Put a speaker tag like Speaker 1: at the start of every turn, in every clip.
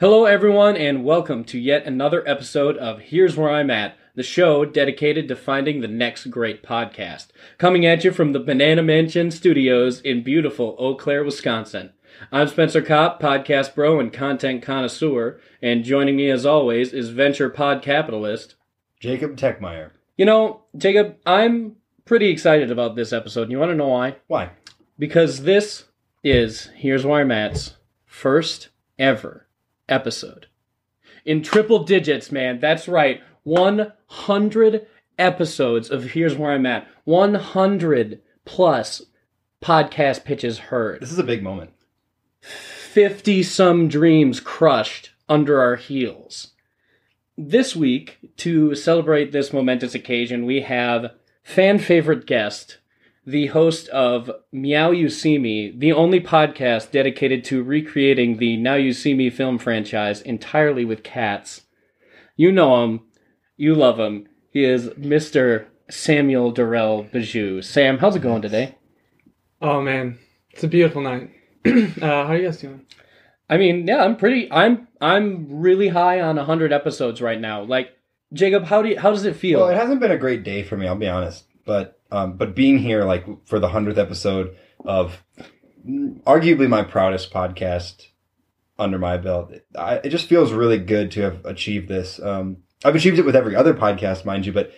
Speaker 1: Hello, everyone, and welcome to yet another episode of Here's Where I'm At, the show dedicated to finding the next great podcast. Coming at you from the Banana Mansion Studios in beautiful Eau Claire, Wisconsin. I'm Spencer Kopp, podcast bro and content connoisseur, and joining me as always is venture pod capitalist.
Speaker 2: Jacob Techmeyer.
Speaker 1: You know, Jacob, I'm pretty excited about this episode. You want to know why?
Speaker 2: Why?
Speaker 1: Because this is Here's Why Matt's first ever episode. In triple digits, man. That's right. 100 episodes of Here's Where I'm At. 100 plus podcast pitches heard.
Speaker 2: This is a big moment.
Speaker 1: 50 some dreams crushed under our heels. This week, to celebrate this momentous occasion, we have fan favorite guest, the host of Meow You See Me, the only podcast dedicated to recreating the Now You See Me film franchise entirely with cats. You know him, you love him. He is Mr. Samuel Durrell Bajou. Sam, how's it going today?
Speaker 3: Oh man, it's a beautiful night. uh, how are you guys doing?
Speaker 1: I mean, yeah, I'm pretty. I'm I'm really high on hundred episodes right now. Like Jacob, how do you, how does it feel?
Speaker 2: Well, it hasn't been a great day for me, I'll be honest. But um, but being here like for the hundredth episode of arguably my proudest podcast under my belt, I, it just feels really good to have achieved this. Um, I've achieved it with every other podcast, mind you, but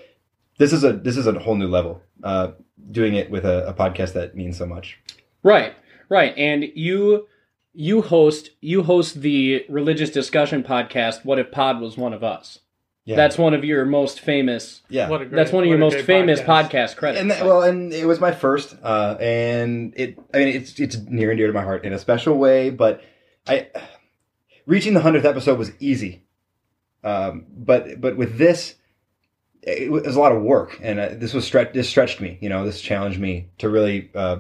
Speaker 2: this is a this is a whole new level. Uh, doing it with a, a podcast that means so much.
Speaker 1: Right, right. And you you host you host the religious discussion podcast. What if Pod was one of us?
Speaker 2: Yeah,
Speaker 1: That's one of your most famous.
Speaker 2: yeah.
Speaker 3: What a great,
Speaker 1: that's one of your
Speaker 3: what a
Speaker 1: most
Speaker 3: great
Speaker 1: famous podcast, credits.
Speaker 2: and that, well, and it was my first, uh, and it. I mean, it's it's near and dear to my heart in a special way, but I reaching the hundredth episode was easy, um, but but with this, it was a lot of work, and uh, this was stretch. This stretched me, you know. This challenged me to really uh,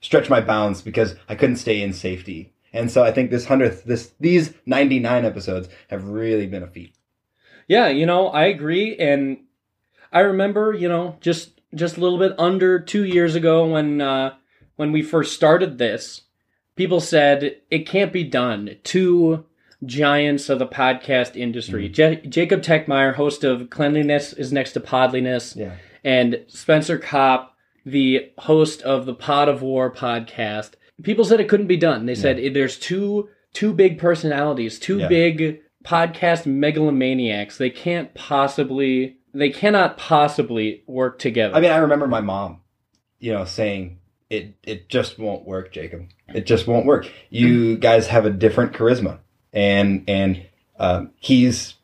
Speaker 2: stretch my bounds because I couldn't stay in safety, and so I think this hundredth, this these ninety nine episodes have really been a feat.
Speaker 1: Yeah, you know, I agree, and I remember, you know, just just a little bit under two years ago when uh, when we first started this, people said it can't be done. Two giants of the podcast industry, Ja- Jacob Techmeyer, host of Cleanliness is Next to Podliness,
Speaker 2: Yeah,
Speaker 1: and Spencer Kopp, the host of the Pod of War podcast. People said it couldn't be done. They said "Eh, there's two two big personalities, two
Speaker 2: Yeah.
Speaker 1: big podcast megalomaniacs. They can't possibly they cannot possibly work together.
Speaker 2: I mean, I remember my mom, you know, saying it it just won't work, Jacob. It just won't work. You guys have a different charisma, and and um, he's,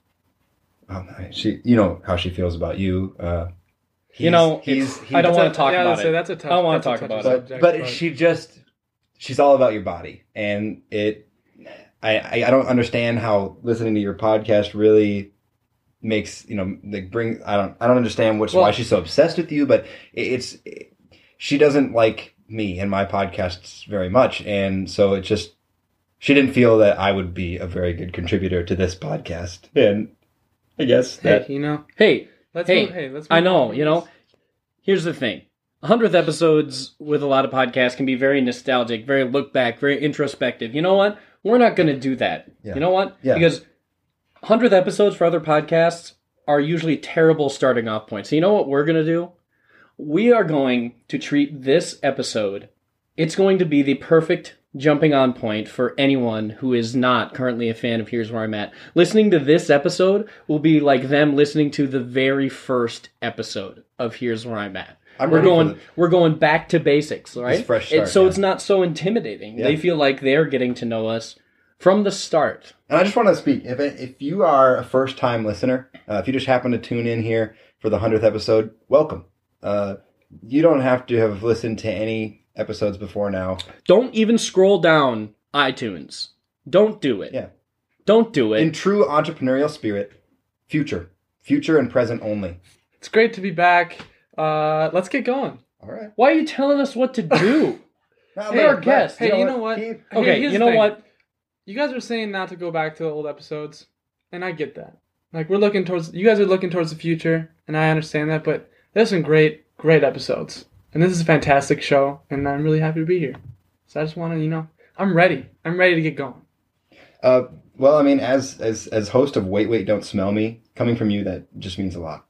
Speaker 2: um, she, you know how she feels about you. Uh,
Speaker 1: You know,
Speaker 2: he's, he's
Speaker 1: I don't
Speaker 2: it's
Speaker 1: wanna
Speaker 2: a-
Speaker 1: talk
Speaker 3: yeah,
Speaker 1: about
Speaker 3: that's
Speaker 1: it.
Speaker 3: A, that's a tough.
Speaker 1: I don't wanna
Speaker 3: that's a
Speaker 1: talk
Speaker 3: touchy
Speaker 1: about it.
Speaker 2: but,
Speaker 3: subject,
Speaker 2: but she just she's all about your body and it I, I i don't understand how listening to your podcast really makes you know like bring i don't i don't understand what's why
Speaker 1: Well-
Speaker 2: she's so obsessed with you but it, it's it- she doesn't like me and my podcasts very much and so it just she didn't feel that i would be a very good contributor to this podcast and i guess
Speaker 3: hey,
Speaker 2: that
Speaker 3: you know,
Speaker 1: hey,
Speaker 3: let's
Speaker 1: Hey,
Speaker 3: move, hey, let's.
Speaker 1: I
Speaker 3: move
Speaker 1: know,
Speaker 3: on.
Speaker 1: you know. Here's the thing. 100th episodes with a lot of podcasts can be very nostalgic, very look back, very introspective. You know what? We're not going to do that.
Speaker 2: Yeah.
Speaker 1: You know what?
Speaker 2: Yeah.
Speaker 1: Because 100th episodes for other podcasts are usually terrible starting off points. So you know what we're going to do? We are going to treat this episode. It's going to be the perfect jumping on point for anyone who is not currently a fan of Here's Where I'm At. Listening to this episode will be like them listening to the very first episode of Here's Where I'm At.
Speaker 2: i'm
Speaker 1: We're
Speaker 2: ready for
Speaker 1: going
Speaker 2: the-
Speaker 1: we're going back to basics, all right?
Speaker 2: It's fresh
Speaker 1: It-
Speaker 2: start,
Speaker 1: so
Speaker 2: yeah.
Speaker 1: it's not so intimidating. They
Speaker 2: Yeah.
Speaker 1: feel like they're getting to know us from the start.
Speaker 2: And I just want to speak. If if you are a first time listener, uh, if you just happen to tune in here for the hundredth episode, welcome. Uh, you don't have to have listened to any episodes before now.
Speaker 1: Don't even scroll down iTunes. Don't do it.
Speaker 2: Yeah.
Speaker 1: Don't do it.
Speaker 2: In true entrepreneurial spirit, future, future and present only.
Speaker 3: it's great to be back. Uh, let's get going.
Speaker 2: All right.
Speaker 1: Why are you telling us what to do?
Speaker 2: Now,
Speaker 3: Hey,
Speaker 2: let-
Speaker 1: our
Speaker 2: let-
Speaker 1: guest.
Speaker 3: Hey, you know what?
Speaker 2: Keep-
Speaker 3: Hey,
Speaker 1: Okay,
Speaker 3: here's
Speaker 1: you
Speaker 3: the
Speaker 1: know
Speaker 3: thing.
Speaker 1: what?
Speaker 3: You guys are saying not to go back to the old episodes, and I get that. Like we're looking towards you guys are looking towards the future, and I understand that. But there's some great, great episodes, and this is a fantastic show, and I'm really happy to be here. So I just want to, you know, I'm ready. I'm ready to get going.
Speaker 2: Uh, Well, I mean, as as as host of Wait Wait Don't Smell Me, coming from you, that just means a lot.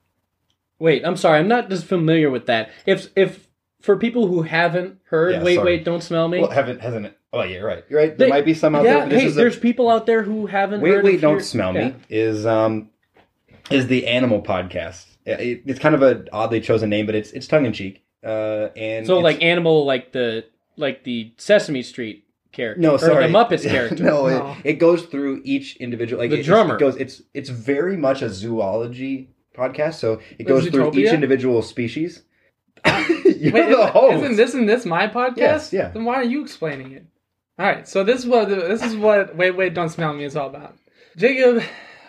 Speaker 1: Wait, I'm sorry, I'm not as familiar with that. If if for people who haven't heard,
Speaker 2: Yeah,
Speaker 1: wait,
Speaker 2: sorry.
Speaker 1: wait, don't smell me.
Speaker 2: Well, haven't hasn't. Oh, yeah, you're right. You're right. There
Speaker 1: They-
Speaker 2: might be some out there.
Speaker 1: yeah,
Speaker 2: But this
Speaker 1: hey,
Speaker 2: is a-
Speaker 1: there's people out there who haven't
Speaker 2: Wait,
Speaker 1: heard.
Speaker 2: wait,
Speaker 1: of
Speaker 2: don't
Speaker 1: your-
Speaker 2: smell
Speaker 1: Yeah.
Speaker 2: me is um is the animal podcast. It- it's kind of a oddly chosen name, but it's it's tongue in cheek. Uh, and
Speaker 1: So
Speaker 2: it's-
Speaker 1: like animal, like the like the Sesame Street character,
Speaker 2: no,
Speaker 1: or
Speaker 2: sorry,
Speaker 1: the Muppets character.
Speaker 2: no,
Speaker 3: No.
Speaker 2: It, it goes through each individual. Like
Speaker 1: The
Speaker 2: it- it's-
Speaker 1: drummer.
Speaker 2: it goes. It's it's very much a zoology podcast. So it goes through each
Speaker 3: Zootopia?
Speaker 2: individual species. You're
Speaker 3: Wait,
Speaker 2: the
Speaker 3: isn't,
Speaker 2: host.
Speaker 3: isn't this and this my podcast?
Speaker 2: Yes, yeah.
Speaker 3: Then why are you explaining it? All right, so this is what the, this is what wait wait don't smell me is all about. Jacob,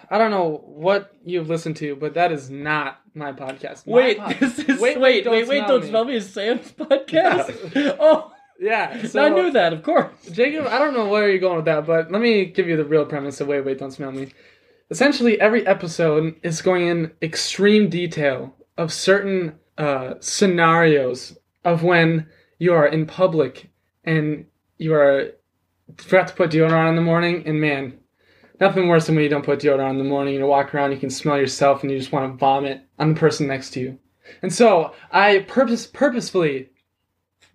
Speaker 3: I don't know what you've listened to, but that is not my podcast. My
Speaker 1: Wait,
Speaker 3: pod-
Speaker 1: this is
Speaker 3: Wait,
Speaker 1: wait, wait,
Speaker 3: wait, don't
Speaker 1: wait,
Speaker 3: smell
Speaker 1: don't
Speaker 3: me.
Speaker 1: smell me is Sam's podcast. Oh,
Speaker 3: yeah. So
Speaker 1: I knew that, of course.
Speaker 3: Jacob, I don't know where you're going with that, but let me give you the real premise of Wait, Wait, Don't Smell Me. Essentially, every episode is going in extreme detail of certain uh, scenarios of when you are in public and you are forgot to put deodorant on in the morning, and man, nothing worse than when you don't put deodorant on in the morning. You walk around, you can smell yourself, and you just want to vomit on the person next to you. And so I purpose purposefully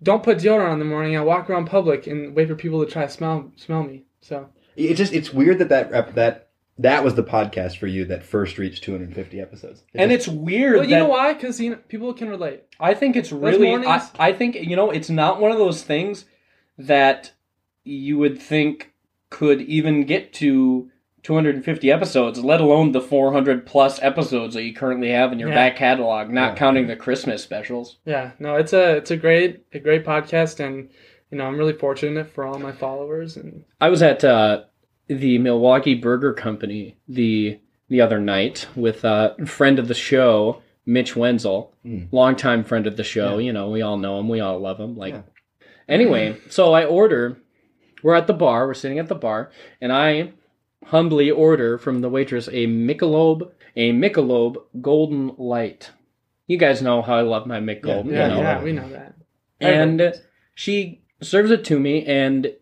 Speaker 3: don't put deodorant on in the morning. I walk around public and wait for people to try to smell smell me. So
Speaker 2: It just it's weird that that rep- that that was the podcast for you that first reached 250 episodes. It
Speaker 1: And
Speaker 2: just-
Speaker 1: it's weird.
Speaker 3: well, you
Speaker 1: that-
Speaker 3: know why? Because you know, people can relate.
Speaker 1: I think it's really. I,
Speaker 3: mornings-
Speaker 1: I think you know it's not one of those things that you would think could even get to 250 episodes, let alone the 400 plus episodes that you currently have in your
Speaker 3: Yeah.
Speaker 1: back catalog, not
Speaker 2: Yeah.
Speaker 1: counting the Christmas specials.
Speaker 3: Yeah, no, it's a it's a great a great podcast, and you know I'm really fortunate for all my followers. And
Speaker 1: I was at uh, the Milwaukee Burger Company the the other night with a friend of the show, Mitch Wenzel,
Speaker 2: Mm.
Speaker 1: longtime friend of the show. You know, we all know him, we all love him. Like,
Speaker 2: Yeah.
Speaker 1: anyway, so I order. We're at the bar. We're sitting at the bar, and I humbly order from the waitress a Michelob, a Michelob Golden Light. You guys know how I love my Michelob.
Speaker 2: Yeah,
Speaker 1: you
Speaker 3: yeah,
Speaker 1: know
Speaker 3: yeah, we know that.
Speaker 1: and she serves it to me and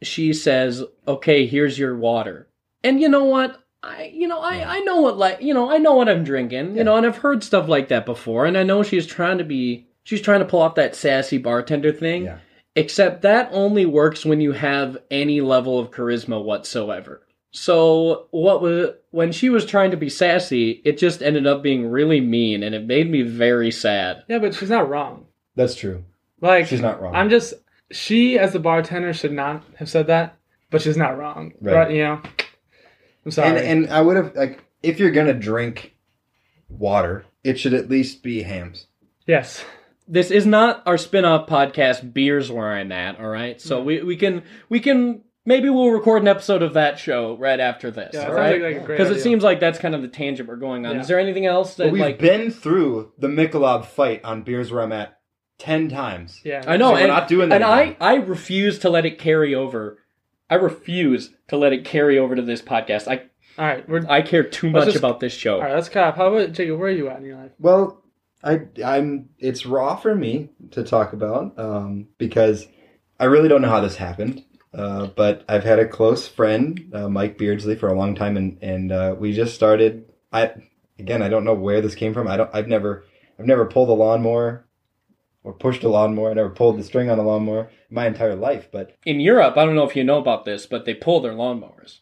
Speaker 1: she says okay here's your water and you know what i you know i i know what like you know i know what i'm drinking you
Speaker 2: Yeah.
Speaker 1: know and i've heard stuff like that before and i know she's trying to be she's trying to pull off that sassy bartender thing
Speaker 2: Yeah.
Speaker 1: except that only works when you have any level of charisma whatsoever so what was when she was trying to be sassy it just ended up being really mean and it made me very sad
Speaker 3: Yeah, but she's not wrong.
Speaker 2: that's true.
Speaker 3: Like
Speaker 2: She's not wrong.
Speaker 3: I'm just she as the bartender should not have said that, but she's not wrong.
Speaker 2: Right.
Speaker 3: Right? you know, I'm sorry.
Speaker 2: and, and I would have like if you're gonna drink water, it should at least be hams.
Speaker 3: yes,
Speaker 1: this is not our spin-off podcast beers where i'm at all right so
Speaker 3: Mm.
Speaker 1: we, we can we can maybe we'll record an episode of that show right after this
Speaker 3: yeah, it
Speaker 1: all
Speaker 3: sounds
Speaker 1: right
Speaker 3: like, like a great
Speaker 1: because it
Speaker 3: idea.
Speaker 1: seems like that's kind of the tangent we're going on
Speaker 3: Yeah.
Speaker 1: is there anything else
Speaker 2: But
Speaker 1: that
Speaker 2: we've
Speaker 1: like
Speaker 2: been through the Michelob fight on beers where I'm at ten times.
Speaker 3: yeah,
Speaker 1: i know
Speaker 2: So we're
Speaker 1: and,
Speaker 2: not doing that
Speaker 1: and i
Speaker 2: anymore.
Speaker 1: i refuse to let it carry over i refuse to let it carry over to this podcast i
Speaker 3: All right, we're
Speaker 1: i care too
Speaker 3: Let's
Speaker 1: much
Speaker 3: just-
Speaker 1: about this show
Speaker 3: all right. Let's cut. How about Jacob? Where are you at in your life?
Speaker 2: Well, I I'm it's raw for me to talk about um, because I really don't know how this happened. Uh, but I've had a close friend, uh, Mike Beardsley, for a long time, and and uh, we just started. I again, I don't know where this came from. I don't. I've never I've never pulled a lawnmower or pushed a lawnmower. I never pulled the string on a lawnmower in my entire life. But
Speaker 1: in europe i don't know if you know about this but they pull their lawnmowers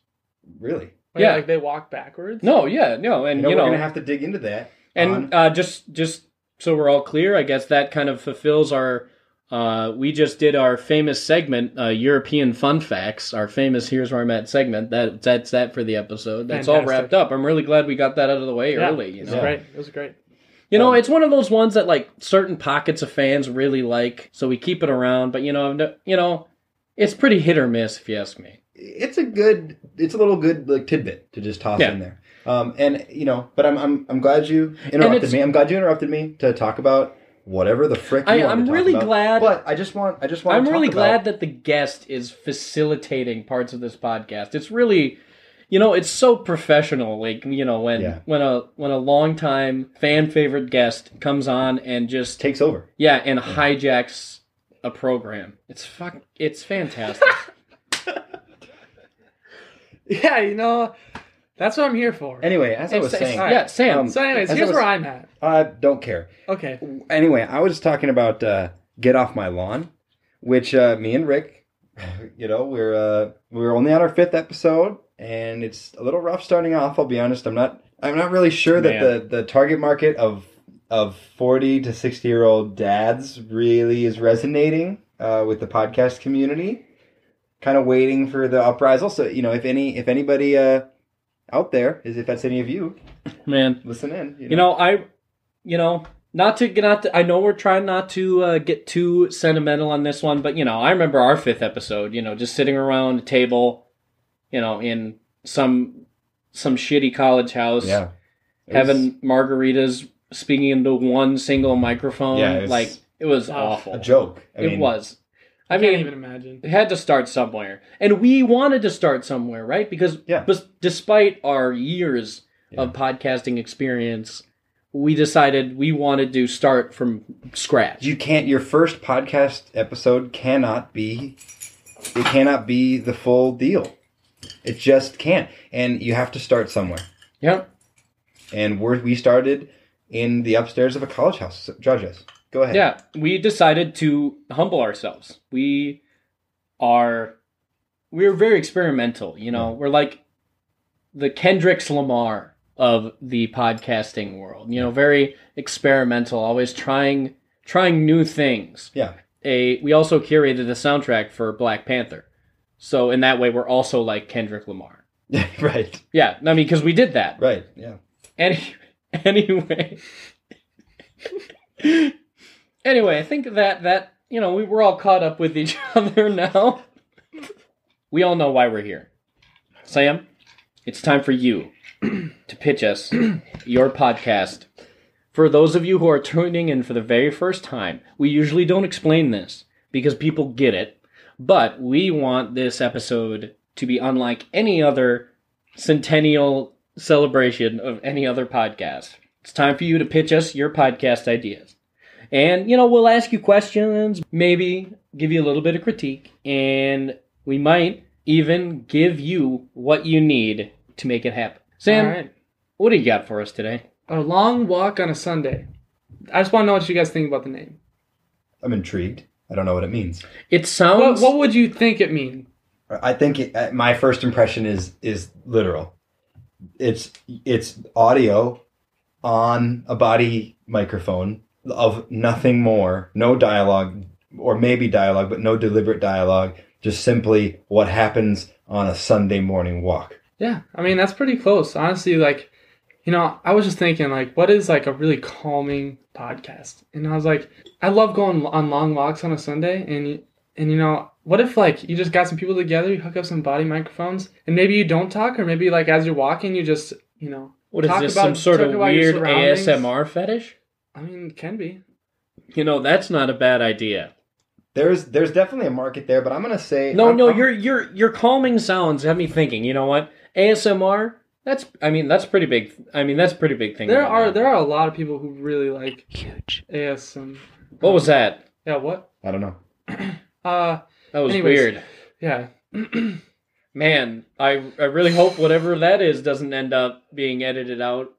Speaker 2: really,
Speaker 3: Wait,
Speaker 1: Yeah.
Speaker 3: like they walk backwards.
Speaker 1: no yeah no and
Speaker 2: you know,
Speaker 1: you
Speaker 2: we're
Speaker 1: know
Speaker 2: gonna have to dig into that.
Speaker 1: And uh, just just so we're all clear, I guess that kind of fulfills our. Uh, we just did our famous segment, uh, European Fun Facts, our famous "Here's Where I'm At" segment. That that's that for the episode. That's all
Speaker 3: Fantastic.
Speaker 1: wrapped up. I'm really glad we got that out of the way
Speaker 3: Yeah,
Speaker 1: early. You
Speaker 3: It was
Speaker 1: know,
Speaker 3: great. It was great.
Speaker 1: you know,
Speaker 2: Um,
Speaker 1: it's one of those ones that like certain pockets of fans really like, so we keep it around. But you know, I've no- you know, it's pretty hit or miss, if you ask me.
Speaker 2: it's a good it's a little good like tidbit to just toss
Speaker 1: Yeah.
Speaker 2: in there um and you know but i'm i'm, I'm glad you interrupted
Speaker 1: it's-
Speaker 2: me i'm glad you interrupted me to talk about whatever the frick you
Speaker 1: I-
Speaker 2: want
Speaker 1: I'm
Speaker 2: to talk
Speaker 1: really
Speaker 2: about.
Speaker 1: glad-
Speaker 2: but i just want i just want
Speaker 1: I'm
Speaker 2: to talk
Speaker 1: really
Speaker 2: about-
Speaker 1: glad that the guest is facilitating parts of this podcast. It's really, you know, it's so professional. Like you know, when
Speaker 2: Yeah.
Speaker 1: when a when a longtime fan favorite guest comes on and just
Speaker 2: takes over
Speaker 1: yeah and hijacks a program. It's fuck. It's fantastic.
Speaker 3: Yeah, you know, that's what I'm here for.
Speaker 2: Anyway, as I
Speaker 1: Hey,
Speaker 2: was
Speaker 1: Sa-
Speaker 2: saying,
Speaker 3: All
Speaker 1: yeah, Sam.
Speaker 2: Um,
Speaker 3: so, anyways,
Speaker 2: as I
Speaker 3: here's
Speaker 2: was-
Speaker 3: where I'm at.
Speaker 2: I don't care.
Speaker 3: Okay.
Speaker 2: Anyway, I was talking about uh, "Get Off My Lawn," which uh, me and Rick, you know, we're uh, we're only on our fifth episode, and it's a little rough starting off. I'll be honest. I'm not. I'm not really sure that
Speaker 1: Man.
Speaker 2: the the target market of of 40 to 60 year old dads really is resonating uh, with the podcast community. Kind of waiting for the uprisal. So you know, if any if anybody uh, out there is, if that's any of you,
Speaker 1: man.
Speaker 2: listen in.
Speaker 1: You know, I, you know, not to get not. To, I know we're trying not to uh, get too sentimental on this one, but you know, I remember our fifth episode. You know, just sitting around a table, you know, in some some shitty college house,
Speaker 2: yeah. It was-
Speaker 1: having margaritas, speaking into one single microphone.
Speaker 2: Yeah, it was
Speaker 1: like it was
Speaker 3: a
Speaker 1: awful.
Speaker 2: a joke. I mean,
Speaker 1: it was. I,
Speaker 3: I,
Speaker 1: mean,
Speaker 3: can't even imagine.
Speaker 1: it had to start somewhere, and we wanted to start somewhere, right? Because
Speaker 2: Yeah.
Speaker 1: bes- despite our years
Speaker 2: Yeah.
Speaker 1: of podcasting experience, we decided we wanted to start from scratch.
Speaker 2: You can't. Your first podcast episode cannot be. It cannot be the full deal. It just can't, and you have to start somewhere.
Speaker 1: yep.
Speaker 2: And we're, we started in the upstairs of a college house. Judges, go ahead.
Speaker 1: Yeah, we decided to humble ourselves. We are we're very experimental, you know. We're like the Kendricks Lamar of the podcasting world. You know, very experimental, always trying trying new things.
Speaker 2: Yeah.
Speaker 1: A we also curated the soundtrack for Black Panther. So in that way we're also like Kendrick Lamar.
Speaker 2: Yeah. right.
Speaker 1: Yeah, I mean because we did that.
Speaker 2: Right. Yeah.
Speaker 1: Any, anyway, anyway, I think that that you know we we're all caught up with each other now. We all know why we're here, Sam. It's time for you to pitch us your podcast. For those of you who are tuning in for the very first time, we usually don't explain this because people get it, but we want this episode to be unlike any other centennial celebration of any other podcast. It's time for you to pitch us your podcast ideas. And, you know, we'll ask you questions, maybe give you a little bit of critique, and we might even give you what you need to make it happen. Sam,
Speaker 3: All right.
Speaker 1: what do you got for us today?
Speaker 3: A long walk on a Sunday. I just want to know what you guys think about the name.
Speaker 2: I'm intrigued. I don't know what it means.
Speaker 1: It
Speaker 3: What,
Speaker 1: sounds
Speaker 3: what would you think it mean?
Speaker 2: I think it, uh, my first impression is is literal. It's it's audio on a body microphone of nothing more, no dialogue or maybe dialogue, but no deliberate dialogue. Just simply what happens on a Sunday morning walk.
Speaker 3: Yeah, I mean that's pretty close. Honestly, like, you know, I was just thinking like, what is like a really calming podcast? And I was like, I love going on long walks on a Sunday, and and you know, what if like you just got some people together, you hook up some body microphones, and maybe you don't talk, or maybe like as you're walking, you just you know,
Speaker 1: what is
Speaker 3: talk
Speaker 1: this
Speaker 3: about-
Speaker 1: some sort
Speaker 3: talk
Speaker 1: of
Speaker 3: about your
Speaker 1: weird
Speaker 3: surroundings.
Speaker 1: ASMR fetish?
Speaker 3: I mean, can be.
Speaker 1: You know, that's not a bad idea.
Speaker 2: There's there's definitely a market there, but I'm gonna say
Speaker 1: No,
Speaker 2: I'm-
Speaker 1: no,
Speaker 2: I'm-
Speaker 1: your your your calming sounds have me thinking. You know what? ASMR. That's. I mean, that's pretty big. I mean, that's a pretty big thing.
Speaker 3: There
Speaker 1: right
Speaker 3: are
Speaker 1: now.
Speaker 3: there are a lot of people who really like huge ASM.
Speaker 1: What was that?
Speaker 3: Yeah, what?
Speaker 2: I don't know.
Speaker 3: Uh,
Speaker 1: That was
Speaker 3: Anyways.
Speaker 1: weird.
Speaker 3: yeah.
Speaker 1: Man, I I really hope whatever that is doesn't end up being edited out.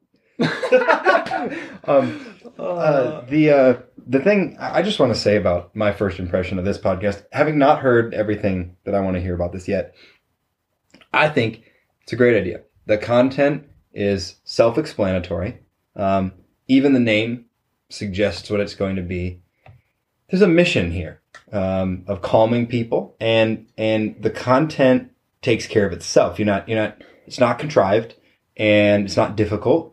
Speaker 2: um, Uh, the uh, the thing I I just want to say about my first impression of this podcast, having not heard everything that I want to hear about this yet, I think it's a great idea. The content is self-explanatory. Um, even the name suggests what it's going to be. There's a mission here um, of calming people, and and the content takes care of itself. You're not you're not. It's not contrived, and it's not difficult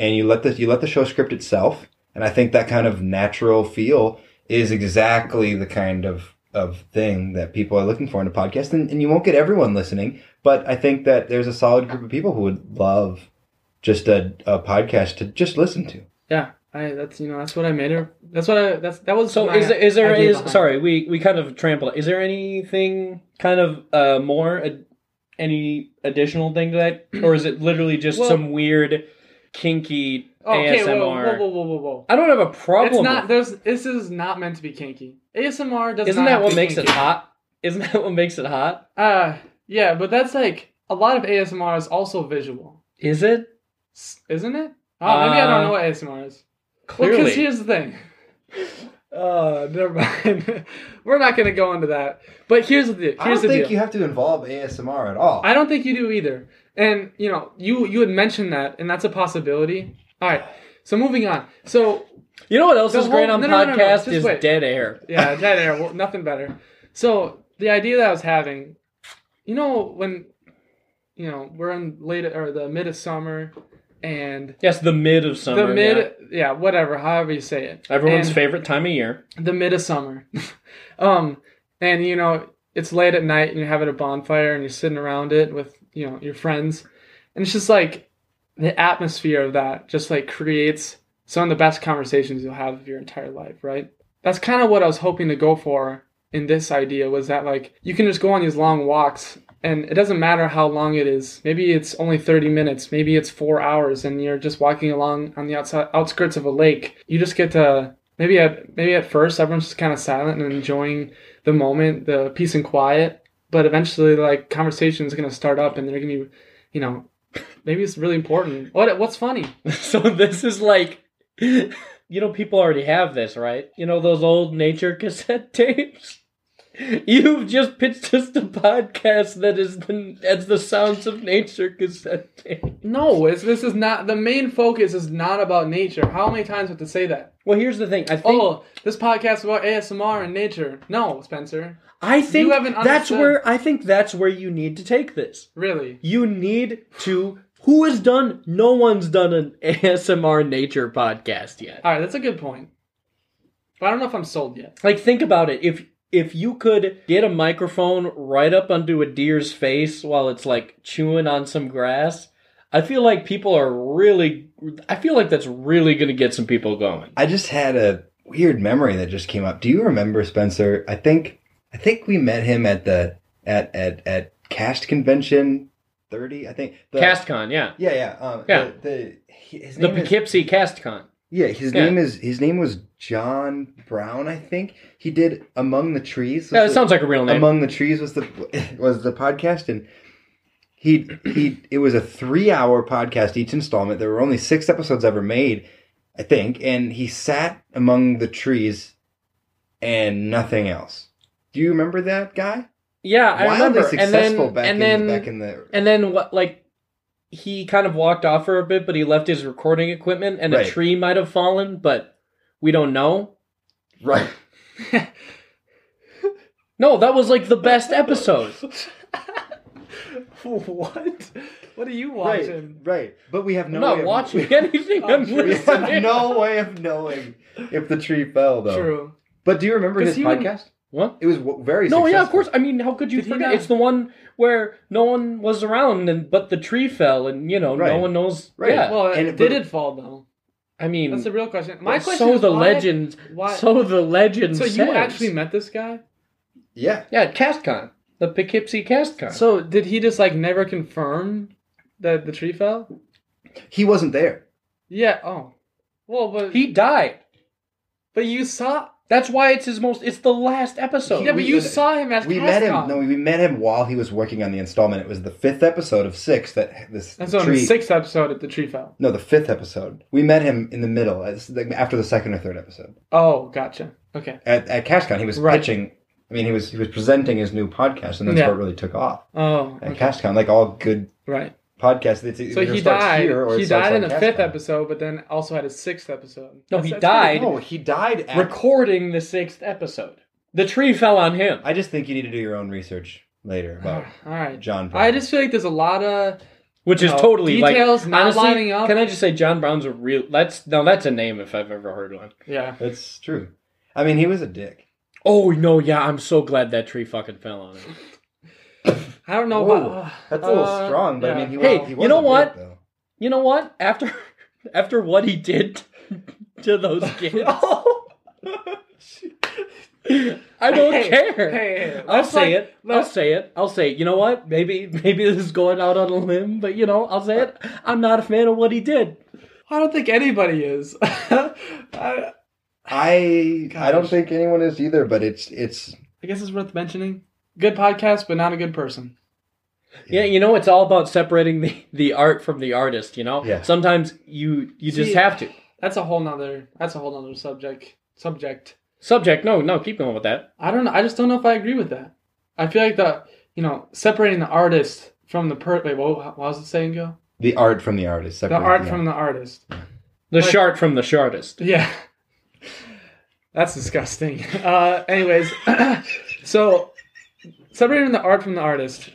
Speaker 2: and you let the you let the show script itself. And I think that kind of natural feel is exactly the kind of of thing that people are looking for in a podcast. And, and you won't get everyone listening, but I think that there's a solid group of people who would love just a, a podcast to just listen to.
Speaker 3: Yeah, I that's you know that's what I made her. That's what I that's that was.
Speaker 1: So
Speaker 3: my
Speaker 1: is there, is there
Speaker 3: idea
Speaker 1: is
Speaker 3: behind
Speaker 1: sorry we we kind of trampled. Is there anything kind of uh more ad- any additional thing to that, or is it literally just
Speaker 3: Well-
Speaker 1: some weird kinky
Speaker 3: it. Oh, Okay,
Speaker 1: ASMR?
Speaker 3: whoa, whoa, whoa, whoa, whoa, whoa.
Speaker 1: I don't have a problem.
Speaker 3: It's not.
Speaker 1: with-
Speaker 3: There's. This is not meant to be kinky. ASMR does.
Speaker 1: Isn't that
Speaker 3: not have to
Speaker 1: what
Speaker 3: be
Speaker 1: makes it
Speaker 3: kinky.
Speaker 1: hot? Isn't that what makes it hot?
Speaker 3: Uh, yeah, but that's like a lot of ASMR is also visual,
Speaker 1: Is it?
Speaker 3: S- isn't it? Oh, maybe I don't
Speaker 1: Uh,
Speaker 3: know what ASMR is. Well,
Speaker 1: Clearly.
Speaker 3: because here's the thing. Uh, never mind. We're not gonna go into that. But here's the deal. Here's
Speaker 2: I don't
Speaker 3: the
Speaker 2: think
Speaker 3: deal.
Speaker 2: you have to involve ASMR at all.
Speaker 3: I don't think you do either. And you know, you you had mentioned that, and that's a possibility. All right. So moving on. So
Speaker 1: you know what else
Speaker 3: The
Speaker 1: is great
Speaker 3: whole-
Speaker 1: on
Speaker 3: no, no, no, no,
Speaker 1: podcast
Speaker 3: no, just
Speaker 1: is
Speaker 3: wait.
Speaker 1: dead air.
Speaker 3: yeah, dead air. Well, nothing better. So the idea that I was having, you know, when you know we're in late or the mid of summer, and
Speaker 1: Yes, the mid of summer.
Speaker 3: the
Speaker 1: yeah.
Speaker 3: mid, yeah. whatever, however you say it.
Speaker 1: Everyone's
Speaker 3: And-
Speaker 1: favorite time of year.
Speaker 3: the mid of summer. um, and you know, it's late at night and you're having a bonfire and you're sitting around it with, you know, your friends. And it's just like the atmosphere of that just like creates some of the best conversations you'll have of your entire life, right? That's kind of what I was hoping to go for in this idea was that like you can just go on these long walks and it doesn't matter how long it is. Maybe it's only 30 minutes, maybe it's 4 hours and you're just walking along on the outside outskirts of a lake. You just get to maybe at maybe at first everyone's just kind of silent and enjoying the moment, the peace and quiet. But eventually, like conversation is gonna start up, and they're gonna be, you know, maybe it's really important. What what's funny?
Speaker 1: so this is like you know people already have this right you know those old nature cassette tapes you've just pitched us the podcast that is the that's the sounds of nature cassette tape
Speaker 3: No, it's, this is not the main focus. Is not about nature. How many times have to say that?
Speaker 1: well here's the thing i think
Speaker 3: Oh, this podcast is about ASMR and nature. No, Spencer,
Speaker 1: i think
Speaker 3: haven't
Speaker 1: that's
Speaker 3: understood.
Speaker 1: where i think that's where you need to take this
Speaker 3: really.
Speaker 1: you need to who has done no one's done an asmr nature podcast yet
Speaker 3: All right, that's a good point. But I don't know if I'm sold yet.
Speaker 1: Like think about it. If if you could get a microphone right up onto a deer's face while it's like chewing on some grass, I feel like people are really I feel like that's really going to get some people going.
Speaker 2: I just had a weird memory that just came up. Do you remember Spencer? I think I think we met him at the at at at Cast Convention 30. I think the,
Speaker 1: CastCon, yeah.
Speaker 2: Yeah, yeah. Um,
Speaker 1: Yeah.
Speaker 2: The, the his
Speaker 1: The
Speaker 2: name is,
Speaker 1: Poughkeepsie CastCon.
Speaker 2: yeah, his
Speaker 1: yeah.
Speaker 2: name is his name was John Brown. I think he did Among the
Speaker 1: Yeah,
Speaker 2: Trees. was
Speaker 1: that
Speaker 2: the-
Speaker 1: sounds like a real name.
Speaker 2: Among the Trees was the was the podcast and. He he. It was a three-hour podcast each installment. There were only six episodes ever made, I think. And he sat among the trees, and nothing else. Do you remember that guy?
Speaker 1: yeah, I
Speaker 2: Wildly
Speaker 1: remember. And
Speaker 2: successful
Speaker 1: then
Speaker 2: back
Speaker 1: and
Speaker 2: in
Speaker 1: then
Speaker 2: back in the
Speaker 1: and then what like he kind of walked off for a bit, but he left his recording equipment and
Speaker 2: Right.
Speaker 1: a tree might have fallen, but we don't know.
Speaker 2: right.
Speaker 1: No, that was like the best episode.
Speaker 3: what? What are you
Speaker 2: Right,
Speaker 3: watching?
Speaker 2: right. But we have no
Speaker 1: I'm not
Speaker 2: way of-
Speaker 1: watching anything.
Speaker 3: Oh,
Speaker 1: I'm
Speaker 3: true.
Speaker 2: We
Speaker 1: listening.
Speaker 2: have no way of knowing if the tree fell, though.
Speaker 3: True.
Speaker 2: But do you remember
Speaker 3: 'Cause
Speaker 2: his
Speaker 3: he would-
Speaker 2: podcast?
Speaker 1: What?
Speaker 2: It was w- very.
Speaker 1: No, yeah, of
Speaker 2: successful.
Speaker 1: course. I mean, how could you
Speaker 3: Did he
Speaker 1: forget?
Speaker 3: not-
Speaker 1: It's the one where no one was around, and but the tree fell, and you know, no
Speaker 2: Right.
Speaker 1: one knows.
Speaker 2: Right.
Speaker 1: Yeah.
Speaker 3: Well,
Speaker 2: And-
Speaker 3: it did it fall though?
Speaker 1: I mean,
Speaker 3: That's the real question. My
Speaker 1: so
Speaker 3: question is
Speaker 1: the
Speaker 3: why-
Speaker 1: legend.
Speaker 3: Why?
Speaker 1: So the legend.
Speaker 3: So
Speaker 1: says.
Speaker 3: you actually met this guy?
Speaker 2: Yeah,
Speaker 1: Yeah, at CastCon, the Poughkeepsie CastCon.
Speaker 3: So did he just like never confirm that the tree fell?
Speaker 2: he wasn't there.
Speaker 3: Yeah. Oh. Well, but
Speaker 1: he died.
Speaker 3: but you saw.
Speaker 1: That's why it's his most. It's the last episode.
Speaker 3: Yeah, but
Speaker 2: we-
Speaker 3: you saw him at.
Speaker 2: We met him.
Speaker 3: CastCon.
Speaker 2: No, we met him while he was working on the installment. It was the fifth episode of six that this
Speaker 3: And so in
Speaker 2: tree.
Speaker 3: the sixth episode, it- the tree fell.
Speaker 2: No, the fifth episode. We met him in the middle, as- like, after the second or third episode
Speaker 3: Oh, gotcha. Okay.
Speaker 2: at at CashCon. He was
Speaker 3: Right.
Speaker 2: pitching. I mean, he was he was presenting his new podcast, and that's
Speaker 3: Yeah.
Speaker 2: what really took off
Speaker 3: Oh,
Speaker 2: at
Speaker 3: okay.
Speaker 2: CashCon. Like all good
Speaker 3: right.
Speaker 2: podcasts, it's
Speaker 3: So
Speaker 2: either
Speaker 3: he
Speaker 2: starts
Speaker 3: died.
Speaker 2: Here or it
Speaker 3: he
Speaker 2: starts
Speaker 3: died in the
Speaker 2: on
Speaker 3: fifth
Speaker 2: CashCon.
Speaker 3: episode, but then also had a sixth episode.
Speaker 1: No,
Speaker 3: That's-
Speaker 1: he
Speaker 3: that's pretty
Speaker 1: died.
Speaker 2: No, he died. At,
Speaker 1: recording the sixth episode. The tree fell on him.
Speaker 2: I just think you need to do your own research later
Speaker 3: cool.
Speaker 2: about
Speaker 3: All right.
Speaker 2: John. Brown.
Speaker 3: I just feel like there's a lot of
Speaker 1: which is
Speaker 3: No,
Speaker 1: totally
Speaker 3: details
Speaker 1: like,
Speaker 3: not
Speaker 1: honestly,
Speaker 3: lining up.
Speaker 1: Can I just say John Brown's a real? That's no, that's a name if I've ever heard one.
Speaker 3: yeah.
Speaker 2: That's true. I mean, he was a dick.
Speaker 1: Oh no, yeah, I'm so glad that tree fucking fell on him.
Speaker 3: I don't know
Speaker 2: Whoa,
Speaker 3: about.
Speaker 2: That's a little
Speaker 3: Uh,
Speaker 2: strong, but I
Speaker 3: yeah.
Speaker 2: mean, he
Speaker 1: Hey,
Speaker 2: was. He
Speaker 1: you
Speaker 2: was
Speaker 1: know
Speaker 2: a dick,
Speaker 1: what?
Speaker 2: though.
Speaker 1: You know what? After after what he did to those kids, I don't
Speaker 3: Hey,
Speaker 1: care.
Speaker 3: hey, hey,
Speaker 1: I'll
Speaker 3: let's
Speaker 1: say
Speaker 3: like-
Speaker 1: it. I'll say it. I'll say it. You know what? Maybe maybe this is going out on a limb, but you know, I'll say it. I'm not a fan of what he did.
Speaker 3: I don't think anybody is. I,
Speaker 2: I I don't
Speaker 3: Gosh.
Speaker 2: think anyone is either, but it's it's
Speaker 3: I guess it's worth mentioning. Good podcast, but not a good person.
Speaker 1: Yeah, you know, it's all about separating the, the art from the artist, you know?
Speaker 2: Yeah.
Speaker 1: Sometimes you you just
Speaker 3: See-
Speaker 1: have to.
Speaker 3: That's a whole nother. That's a whole nother subject. Subject.
Speaker 1: Subject, no, no, keep going with that.
Speaker 3: I don't. know. I just don't know if I agree with that. I feel like the you know separating the artist from the per. Wait, what, what was the saying go?
Speaker 2: The art from the artist.
Speaker 3: The art from the artist.
Speaker 1: The
Speaker 3: Like-
Speaker 1: shart from the shartest.
Speaker 3: Yeah. That's disgusting. Uh, anyways, so separating the art from the artist,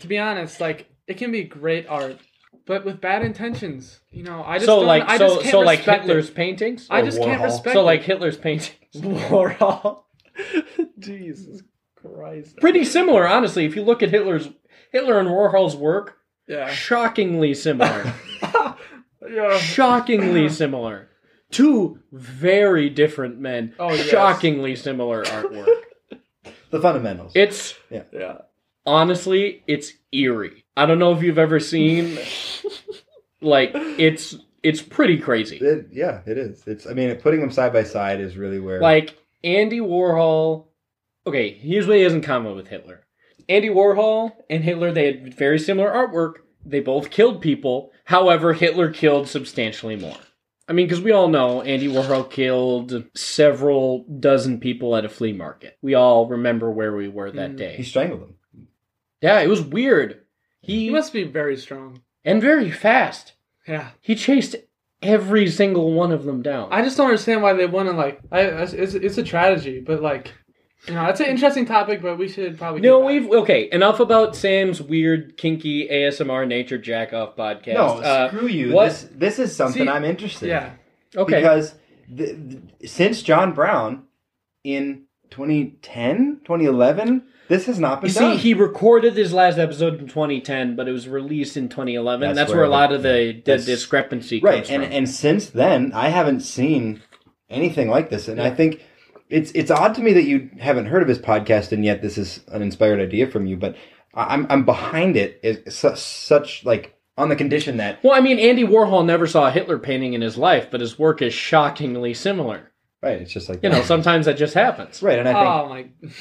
Speaker 3: to be honest, like it can be great art, but with bad intentions. You know, I just
Speaker 1: So
Speaker 3: don't-
Speaker 1: like
Speaker 3: I
Speaker 1: so
Speaker 3: just can't
Speaker 1: so like
Speaker 3: respect
Speaker 1: Hitler's
Speaker 3: It.
Speaker 1: paintings?
Speaker 3: I
Speaker 2: or
Speaker 3: just can't
Speaker 2: Warhol.
Speaker 3: respect.
Speaker 1: so
Speaker 3: it.
Speaker 1: like Hitler's paintings.
Speaker 3: Warhol. Jesus Christ.
Speaker 1: Pretty similar, honestly, if you look at Hitler's Hitler and Warhol's work,
Speaker 3: Yeah.
Speaker 1: shockingly similar.
Speaker 3: yeah.
Speaker 1: shockingly similar. Two very different men.
Speaker 3: Oh, yes.
Speaker 1: Shockingly similar artwork.
Speaker 2: the fundamentals.
Speaker 1: it's
Speaker 3: Yeah.
Speaker 1: honestly, it's eerie. I don't know if you've ever seen like it's it's pretty crazy.
Speaker 2: It- yeah, it is. It's. I mean, putting them side by side is really where.
Speaker 1: Like Andy Warhol Okay, here's what he has in common with Hitler. Andy Warhol and Hitler, they had very similar artwork. They both killed people. However, Hitler killed substantially more. I mean, because we all know Andy Warhol killed several dozen people at a flea market. We all remember where we were that
Speaker 3: Mm.
Speaker 2: he
Speaker 1: day.
Speaker 2: strangled them.
Speaker 1: Yeah, it was weird. He
Speaker 3: He must be very strong.
Speaker 1: and very fast.
Speaker 3: Yeah.
Speaker 1: He chased every single one of them down.
Speaker 3: I just don't understand why they want to like. I, it's, it's it's a tragedy, but like, you know, that's an interesting topic. But we should probably
Speaker 1: no,
Speaker 3: get back.
Speaker 1: we've okay. Enough about Sam's weird, kinky ASMR nature jack off podcast.
Speaker 2: No,
Speaker 1: Uh,
Speaker 2: screw you.
Speaker 1: what-
Speaker 2: This this is something
Speaker 3: See-
Speaker 2: I'm interested. in.
Speaker 3: Yeah,
Speaker 1: okay.
Speaker 2: Because the, the- since John Brown in 2010, 2011, this has not been
Speaker 1: You see,
Speaker 2: done.
Speaker 1: he recorded his last episode in 2010, but it was released in 2011. That's,
Speaker 2: That's
Speaker 1: where,
Speaker 2: where
Speaker 1: a lot of the, the
Speaker 2: that's-
Speaker 1: discrepancy comes
Speaker 2: right, and
Speaker 1: from.
Speaker 2: and since then, I haven't seen anything like this, and I
Speaker 1: Yeah.
Speaker 2: think it's it's odd to me that you haven't heard of his podcast, and yet this is an inspired idea from you. But I- I'm I'm behind it. Is such, such like on the condition that
Speaker 1: well, I mean, Andy Warhol never saw a Hitler painting in his life, but his work is shockingly similar.
Speaker 2: right. It's just like
Speaker 1: You know, sometimes that just happens.
Speaker 2: right, and I think
Speaker 3: oh my.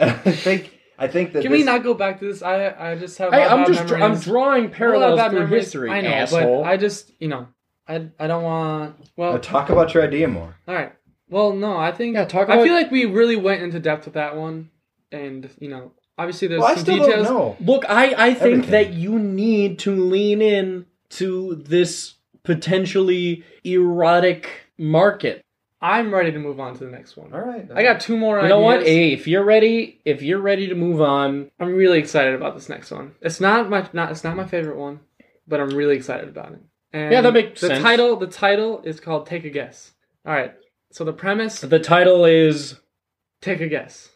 Speaker 2: I think I think that
Speaker 3: Can we
Speaker 2: this-
Speaker 3: not go back to this? I I just have. a
Speaker 1: Hey,
Speaker 3: lot of
Speaker 1: I'm
Speaker 3: bad
Speaker 1: just
Speaker 3: memories.
Speaker 1: I'm drawing
Speaker 3: A lot of
Speaker 1: parallels
Speaker 3: bad
Speaker 1: through
Speaker 3: memories.
Speaker 1: history,
Speaker 3: I know,
Speaker 1: asshole.
Speaker 3: but I just you know, I I don't want. Well,
Speaker 2: Uh, talk about your idea more.
Speaker 3: all right. Well, no, I think
Speaker 1: yeah, talk about.
Speaker 3: I feel like we really went into depth with that one, and you know, obviously there's
Speaker 2: Well, I
Speaker 3: some
Speaker 2: still
Speaker 3: details.
Speaker 2: don't know.
Speaker 1: Look, I, I think
Speaker 2: Everything.
Speaker 1: that you need to lean in to this potentially erotic market.
Speaker 3: I'm ready to move on to the next one.
Speaker 2: All right,
Speaker 3: I got two more.
Speaker 1: You know what?
Speaker 3: ideas.
Speaker 1: Hey, if you're ready, if you're ready to move on,
Speaker 3: I'm really excited about this next one. It's not my not it's not my favorite one, but I'm really excited about it. And
Speaker 1: Yeah, that makes
Speaker 3: the
Speaker 1: sense.
Speaker 3: title the title is called Take a Guess. All right. So the premise
Speaker 1: the title is
Speaker 3: Take a Guess.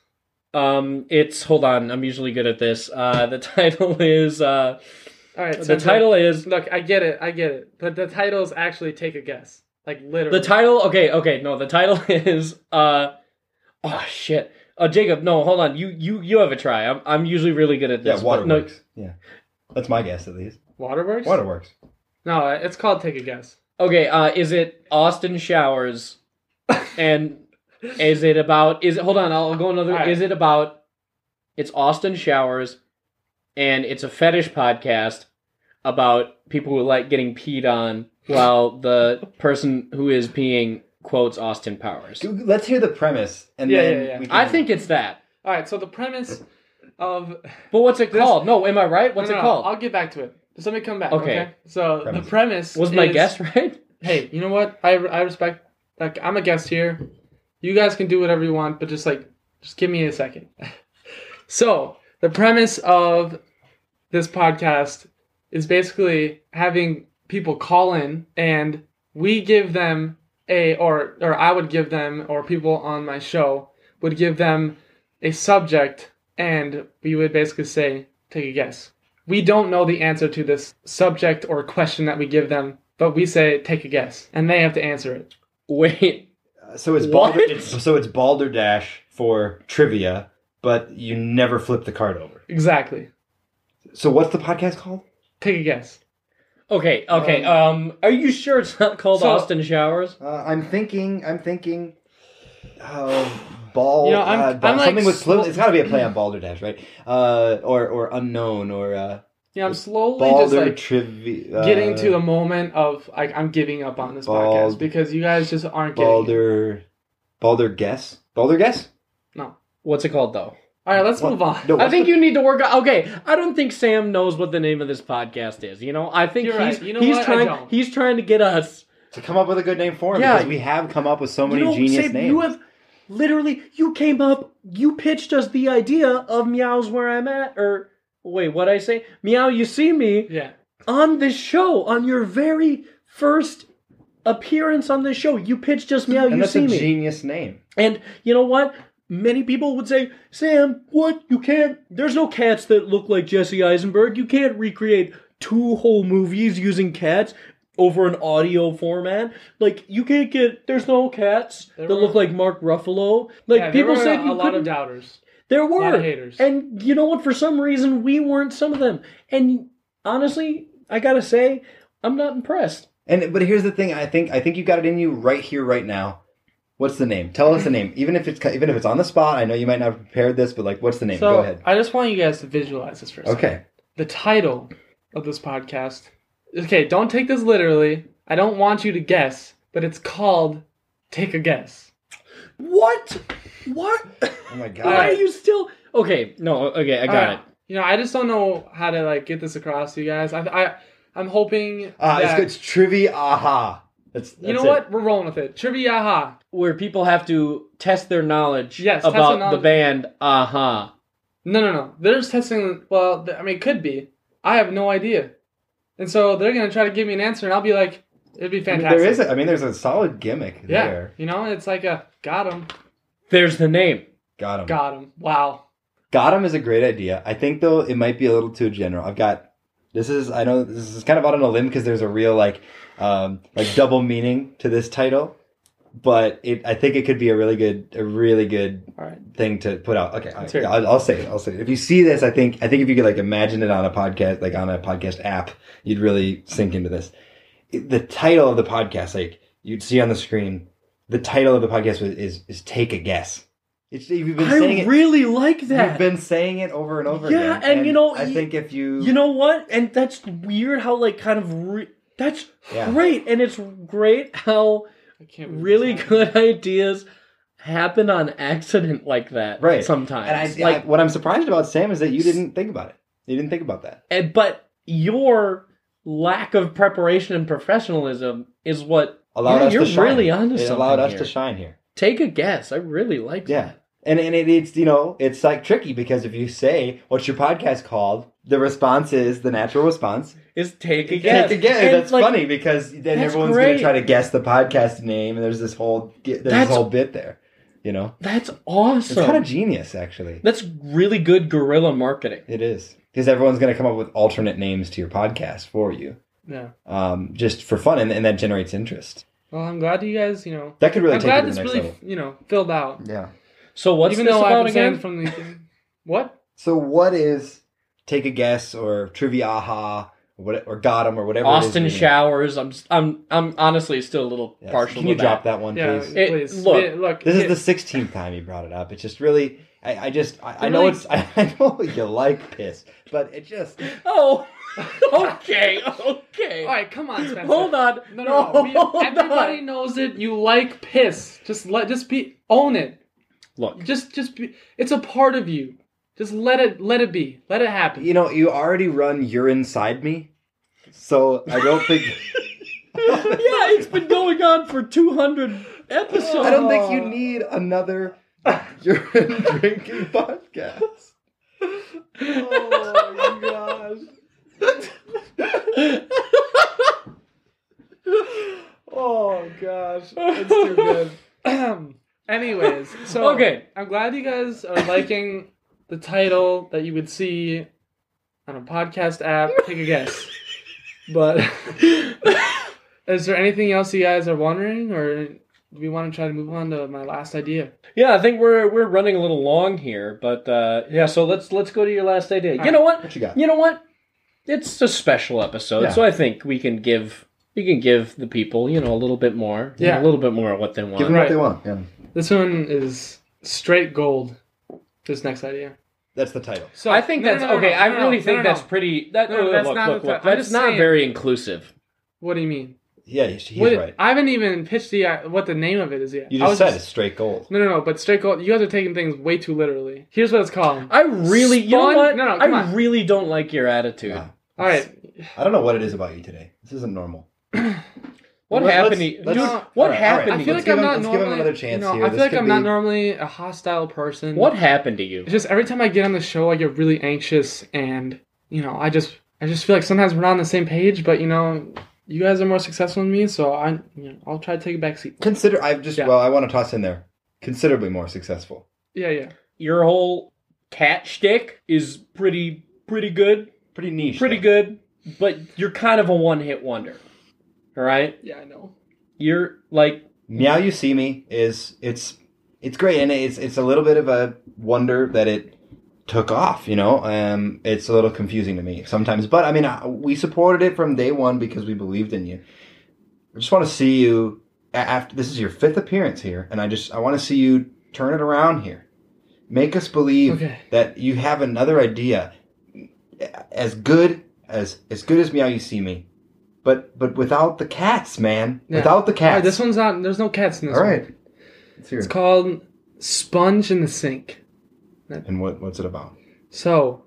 Speaker 1: um it's hold on, I'm usually good at this. Uh the title is uh
Speaker 3: All right.
Speaker 1: the title is
Speaker 3: Look, I get it. I get it. But the title is actually Take a Guess. Like literally.
Speaker 1: the title okay, okay, no, the title is uh oh shit. Uh Jacob, no, hold on. You you you have a try. I'm I'm usually really good at this.
Speaker 2: Yeah,
Speaker 1: but no-
Speaker 2: waterworks. Yeah, that's my guess at least.
Speaker 3: Waterworks?
Speaker 2: Waterworks.
Speaker 3: No, it's called Take a Guess.
Speaker 1: Okay, uh, is it Austin Showers? and is it about? Is it? Hold on, I'll go another.
Speaker 3: Alright.
Speaker 1: Is it about? It's Austin Showers, and it's a fetish podcast about people who like getting peed on while the person who is peeing quotes Austin Powers.
Speaker 2: Dude, Let's hear the premise, and
Speaker 3: Yeah,
Speaker 2: then
Speaker 3: yeah, yeah.
Speaker 2: we can-
Speaker 1: I think it's that.
Speaker 3: All right. So the premise of
Speaker 1: But what's it
Speaker 3: This-
Speaker 1: called? No, am I right? What's
Speaker 3: No,
Speaker 1: it
Speaker 3: no,
Speaker 1: called?
Speaker 3: I'll get back to it. Just let me come back. Okay.
Speaker 1: Okay.
Speaker 3: So
Speaker 2: Premise.
Speaker 3: the premise
Speaker 1: Was my
Speaker 3: is-
Speaker 1: guess right?
Speaker 3: hey, you know what? I, I respect. Like I'm a guest here. You guys can do whatever you want, but just like just give me a second. so the premise of this podcast is basically having people call in and we give them a or or I would give them or people on my show would give them a subject and we would basically say take a guess. We don't know the answer to this subject or question that we give them, but we say take a guess and they have to answer it.
Speaker 1: Wait,
Speaker 2: so. It's
Speaker 1: What?
Speaker 2: Balder, it's, so it's balderdash for trivia, but you never flip the card over.
Speaker 3: Exactly.
Speaker 2: So what's the podcast called?
Speaker 3: Take a guess.
Speaker 1: okay, okay. Um, are you sure it's not called
Speaker 3: So-
Speaker 1: Austin Showers?
Speaker 2: Uh, I'm thinking. I'm thinking. Oh, ball.
Speaker 3: You know, I'm-
Speaker 2: uh,
Speaker 3: I'm,
Speaker 2: ball-
Speaker 3: like,
Speaker 2: something with
Speaker 3: slow-
Speaker 2: it's got to be a play on Balderdash, right? Uh, or or unknown or uh,
Speaker 3: Yeah, I'm slowly just
Speaker 2: Balder
Speaker 3: like
Speaker 2: trivia. Uh,
Speaker 3: getting to the moment of like I'm giving up on this
Speaker 2: Bald-
Speaker 3: podcast because you guys just aren't getting. it.
Speaker 2: Balder. Balder guess. Balder guess.
Speaker 1: What's it called though?
Speaker 3: All right, let's
Speaker 2: What?
Speaker 3: move on.
Speaker 2: No,
Speaker 1: I think you need to work out. Okay, I don't think Sam knows what the name of this podcast is. You know, I think
Speaker 3: You're
Speaker 1: he's
Speaker 3: right. You know
Speaker 1: he's
Speaker 3: what? I
Speaker 1: trying
Speaker 3: don't.
Speaker 1: he's trying to get us.
Speaker 2: to come up with a good name for him
Speaker 1: Yeah.
Speaker 2: because we have come up with so many
Speaker 1: you know,
Speaker 2: genius
Speaker 1: Sam,
Speaker 2: names.
Speaker 1: you have literally you came up, you pitched us the idea of meows where I'm at, or wait, what I say? Meow, you see me
Speaker 3: Yeah,
Speaker 1: on this show on your very first appearance on this show. You pitched us meow,
Speaker 2: and
Speaker 1: you
Speaker 2: that's
Speaker 1: see
Speaker 2: a
Speaker 1: me.
Speaker 2: genius name.
Speaker 1: And you know what? Many people would say, Sam, what? You can't. There's no cats that look like Jesse Eisenberg. You can't recreate two whole movies using cats over an audio format. Like, you can't get. There's no cats
Speaker 3: There
Speaker 1: that
Speaker 3: were-
Speaker 1: look like Mark Ruffalo. Like,
Speaker 3: yeah,
Speaker 1: people
Speaker 3: there were
Speaker 1: said
Speaker 3: a,
Speaker 1: you
Speaker 3: a lot of
Speaker 1: couldn't-
Speaker 3: doubters,
Speaker 1: There
Speaker 3: a lot
Speaker 1: were.
Speaker 3: of haters.
Speaker 1: And you know what? For some reason, we weren't some of them. And honestly, I gotta say, I'm not impressed.
Speaker 2: And but here's the thing. I think I think you got it in you right here, right now. What's the name? Tell us the name. Even if it's even if it's on the spot. I know you might not have prepared this, but like, what's the name?
Speaker 3: so
Speaker 2: Go ahead.
Speaker 3: I just want you guys to visualize this for a second.
Speaker 2: Okay.
Speaker 3: the title of this podcast. Okay, don't take this literally. I don't want you to guess, but it's called Take a Guess.
Speaker 1: What? What?
Speaker 2: Oh my god.
Speaker 1: Why are
Speaker 3: Alright.
Speaker 1: you still. Okay, no, okay, I got
Speaker 3: Uh,
Speaker 1: it.
Speaker 3: You know, I just don't know how to like get this across to you guys. I I I'm hoping
Speaker 2: Ah, it's
Speaker 3: that,
Speaker 2: good. It's trivia. Aha. That's,
Speaker 3: You
Speaker 2: that's
Speaker 3: know
Speaker 2: it.
Speaker 3: what? We're rolling with it. Trivia ha.
Speaker 1: where people have to test their knowledge
Speaker 3: Yes, test
Speaker 1: about
Speaker 3: their knowledge.
Speaker 1: the band Uh-huh. aha
Speaker 3: No, no, no. They're just testing well, th- I mean, it could be. I have no idea. And so they're going to try to give me an answer and I'll be like it'd be
Speaker 2: I mean,
Speaker 3: fantastic.
Speaker 2: there is. A, I mean, there's a solid gimmick
Speaker 3: yeah.
Speaker 2: there.
Speaker 3: You know, it's like a got him.
Speaker 1: there's the name
Speaker 2: Got him.
Speaker 3: Got him. Wow.
Speaker 2: Got him is a great idea. I think though it might be a little too general. I've got this is I know this is kind of out on a limb because there's a real like um like double meaning to this title, but it I think it could be a really good a really good
Speaker 3: All right.
Speaker 2: thing to put out. Okay,
Speaker 3: Let's hear it.
Speaker 2: I'll, I'll say it. I'll say it. If you see this, I think I think if you could like imagine it on a podcast like on a podcast app, you'd really sink into this. It- The title of the podcast, like you'd see on the screen, the title of the podcast was, is is take a guess. It's you've been
Speaker 1: i
Speaker 2: saying it.
Speaker 1: really like
Speaker 2: You've
Speaker 1: that
Speaker 2: been saying it over and over
Speaker 1: Yeah,
Speaker 2: again.
Speaker 1: and you know,
Speaker 2: I
Speaker 1: y-
Speaker 2: think if you,
Speaker 1: you know what and that's weird how like kind of re- that's
Speaker 2: Yeah.
Speaker 1: great and it's great how
Speaker 3: I can't believe
Speaker 1: really
Speaker 3: this.
Speaker 1: good ideas happen on accident like that
Speaker 2: Right.
Speaker 1: sometimes
Speaker 2: and I,
Speaker 1: like
Speaker 2: I- what I'm surprised about Sam is that you didn't think about it. You didn't think about that.
Speaker 1: And, eh, but your lack of preparation and professionalism is what
Speaker 2: Allowed
Speaker 1: Yeah,
Speaker 2: us
Speaker 1: you're
Speaker 2: to shine.
Speaker 1: really onto
Speaker 2: it
Speaker 1: something
Speaker 2: allowed us
Speaker 1: here.
Speaker 2: to shine here.
Speaker 1: take a guess i really like
Speaker 2: Yeah.
Speaker 1: that
Speaker 2: And and it, it's you know it's like tricky because if you say what's your podcast called, the response is the natural response.
Speaker 1: is take a
Speaker 2: Take
Speaker 1: guess
Speaker 2: a guess.
Speaker 1: And,
Speaker 2: that's
Speaker 1: like,
Speaker 2: funny because then
Speaker 1: that's
Speaker 2: everyone's going
Speaker 1: great.
Speaker 2: to try to guess the podcast name, and there's this whole there's
Speaker 1: That's-
Speaker 2: this whole bit there. You know,
Speaker 1: that's awesome
Speaker 2: it's kind of genius actually.
Speaker 1: That's really good guerrilla marketing.
Speaker 2: It is because everyone's going to come up with alternate names to your podcast for you,
Speaker 3: Yeah.
Speaker 2: um, just for fun, and, and that generates interest.
Speaker 3: Well, I'm glad you guys, you know,
Speaker 2: That could really
Speaker 3: I'm
Speaker 2: take
Speaker 3: glad
Speaker 2: it to
Speaker 3: this
Speaker 2: the next
Speaker 3: really,
Speaker 2: level.
Speaker 3: you know, filled out.
Speaker 2: Yeah.
Speaker 1: So what's
Speaker 3: Even
Speaker 1: this
Speaker 3: though I've
Speaker 1: about
Speaker 3: been saying
Speaker 1: again?
Speaker 3: from the beginning- what?
Speaker 2: So, what is take a guess or trivia aha or what or got 'em or whatever?
Speaker 1: Austin
Speaker 2: it is
Speaker 1: showers. I'm I'm I'm honestly still a little
Speaker 2: Yes.
Speaker 1: partial.
Speaker 2: Can you
Speaker 1: to
Speaker 2: drop
Speaker 1: that.
Speaker 2: that, one,
Speaker 3: Yeah,
Speaker 2: please?
Speaker 1: It-
Speaker 3: please.
Speaker 1: look,
Speaker 3: Yeah, look.
Speaker 2: This
Speaker 3: it-
Speaker 2: is the sixteenth time you brought it up. It's just really, I, I just, I, I
Speaker 3: It
Speaker 2: know
Speaker 3: really-
Speaker 2: it's, I, I know you like piss, but it just,
Speaker 1: Oh, okay, okay.
Speaker 3: All right, come on, Spencer.
Speaker 1: Hold on.
Speaker 3: No, no, no. We-
Speaker 1: hold
Speaker 3: everybody
Speaker 1: on.
Speaker 3: knows it. You like piss. Just let, just be, own it.
Speaker 1: Look,
Speaker 3: Just, just be. It's a part of you. Just let it, let it be. Let it happen.
Speaker 2: you know, you already run you're inside me, so I don't think.
Speaker 1: yeah, it's been going on for 200 episodes.
Speaker 2: I don't think you need another urine drinking podcast. Oh my gosh.
Speaker 3: Oh gosh, it's too good. Anyways, so
Speaker 1: Okay.
Speaker 3: I'm glad you guys are liking the title that you would see on a podcast app. Take a guess. But is there anything else you guys are wondering, or do we want to try to move on to my last idea?
Speaker 1: yeah, I think we're we're running a little long here, but uh, yeah. So let's let's go to your last idea. you
Speaker 3: right.
Speaker 1: know what?
Speaker 2: What you got?
Speaker 1: you know what? It's a special episode,
Speaker 2: Yeah.
Speaker 1: so I think we can give we can give the people you know a little bit more, you know,
Speaker 3: Yeah.
Speaker 1: a little bit more of what they want.
Speaker 2: Give them
Speaker 3: Right.
Speaker 2: what they want. Yeah.
Speaker 3: This one is straight gold. This next idea.
Speaker 2: That's the title.
Speaker 3: So
Speaker 1: I think
Speaker 3: No, no,
Speaker 1: that's
Speaker 3: no, no,
Speaker 1: okay.
Speaker 3: no,
Speaker 1: I
Speaker 3: no,
Speaker 1: really
Speaker 3: no,
Speaker 1: think
Speaker 3: no, no.
Speaker 1: that's pretty. That,
Speaker 3: No, no, that's
Speaker 1: look,
Speaker 3: not
Speaker 1: look,
Speaker 3: the-
Speaker 1: look.
Speaker 3: I'm
Speaker 1: That's
Speaker 3: just
Speaker 1: not
Speaker 3: saying-
Speaker 1: very inclusive.
Speaker 3: What do you mean?
Speaker 2: Yeah, he's, he's
Speaker 3: What-
Speaker 2: right.
Speaker 3: I haven't even pitched the uh, what the name of it is yet.
Speaker 2: You
Speaker 3: I was
Speaker 2: just said it's straight gold.
Speaker 3: no, no, no. But straight gold. You guys are taking things way too literally. Here's what it's called.
Speaker 1: I really, you know
Speaker 3: Spawn-
Speaker 1: what?
Speaker 3: no, no, come
Speaker 1: I
Speaker 3: on.
Speaker 1: really don't like your attitude.
Speaker 2: Wow.
Speaker 3: All right,
Speaker 2: I don't know what it is about you today. This isn't normal.
Speaker 1: What
Speaker 2: Let's-
Speaker 1: happened? to
Speaker 2: let's-
Speaker 1: you?
Speaker 2: let's-
Speaker 1: Dude,
Speaker 3: No,
Speaker 1: what
Speaker 2: all right, all
Speaker 1: happened?
Speaker 2: right.
Speaker 1: to
Speaker 3: I feel
Speaker 1: you?
Speaker 2: Let's
Speaker 3: like
Speaker 2: give
Speaker 3: I'm
Speaker 2: him-
Speaker 3: not
Speaker 2: let's give him
Speaker 3: normally.
Speaker 2: another chance
Speaker 3: no,
Speaker 2: here.
Speaker 3: I feel
Speaker 2: This
Speaker 3: like
Speaker 2: could
Speaker 3: I'm not
Speaker 2: be-
Speaker 3: normally a hostile person.
Speaker 1: What happened to you?
Speaker 3: It's just every time I get on the show, I get really anxious, and you know, I just, I just feel like sometimes we're not on the same page. But you know, you guys are more successful than me, so I, you know, I'll try to take a back seat.
Speaker 2: Consider. I've just.
Speaker 3: Yeah.
Speaker 2: Well, I want to toss in there. Considerably more successful.
Speaker 3: Yeah, yeah.
Speaker 1: Your whole cat shtick is pretty, pretty good,
Speaker 2: Pretty niche.
Speaker 1: pretty
Speaker 2: though.
Speaker 1: good. But you're kind of a one-hit wonder. All right,
Speaker 3: Yeah, I know.
Speaker 1: you're like
Speaker 2: Meow
Speaker 3: Mm-hmm.
Speaker 2: You See Me is it's it's great and it's it's a little bit of a wonder that it took off, you know. Um it's a little confusing to me sometimes, but I mean I, we supported it from day 1 because we believed in you. I just want to see you a- after this is your fifth appearance here and I just I want to see you turn it around here. Make us believe
Speaker 3: Okay.
Speaker 2: that you have another idea as good as as good as Meow You See Me. But but without the cats, man.
Speaker 3: Yeah.
Speaker 2: Without the cats.
Speaker 3: All right, this one's not. There's no cats in this.
Speaker 2: All
Speaker 3: one.
Speaker 2: right. Let's hear
Speaker 3: It's
Speaker 2: it.
Speaker 3: called Sponge in the Sink.
Speaker 2: And what what's it about?
Speaker 3: So,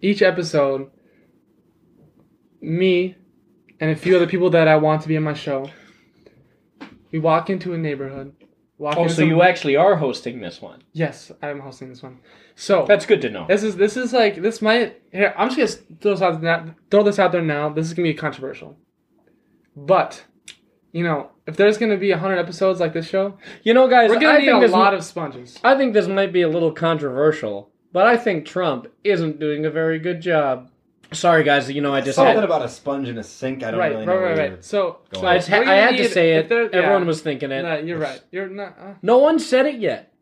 Speaker 3: each episode, me and a few other people that I want to be on my show, we walk into a neighborhood. Walk
Speaker 1: oh,
Speaker 3: into
Speaker 1: so
Speaker 3: some-
Speaker 1: you actually are hosting this one.
Speaker 3: Yes, I'm hosting this one. So
Speaker 1: That's good to know.
Speaker 3: this is this is like this might here. I'm just gonna throw this out now, throw this out there now. This is gonna be controversial, but you know if there's gonna be hundred episodes like this show,
Speaker 1: You know, guys,
Speaker 3: we're gonna
Speaker 1: I
Speaker 3: need
Speaker 1: think
Speaker 3: a
Speaker 1: this
Speaker 3: lot of sponges.
Speaker 1: I think this might be a little controversial, but I think Trump isn't doing a very good job. Sorry, guys, you know I just
Speaker 2: Something
Speaker 1: had,
Speaker 2: about a sponge in a sink. I don't
Speaker 3: Right,
Speaker 2: really know.
Speaker 3: right, right,
Speaker 2: where
Speaker 3: right.
Speaker 2: you're-
Speaker 3: So,
Speaker 2: going.
Speaker 3: so
Speaker 1: I, just ha-
Speaker 3: we're gonna
Speaker 1: I had to
Speaker 3: need-
Speaker 1: say
Speaker 3: if
Speaker 1: it.
Speaker 3: there-
Speaker 1: Everyone
Speaker 3: yeah.
Speaker 1: was thinking it.
Speaker 3: No, you're right. You're not. Uh,
Speaker 1: No one said it yet.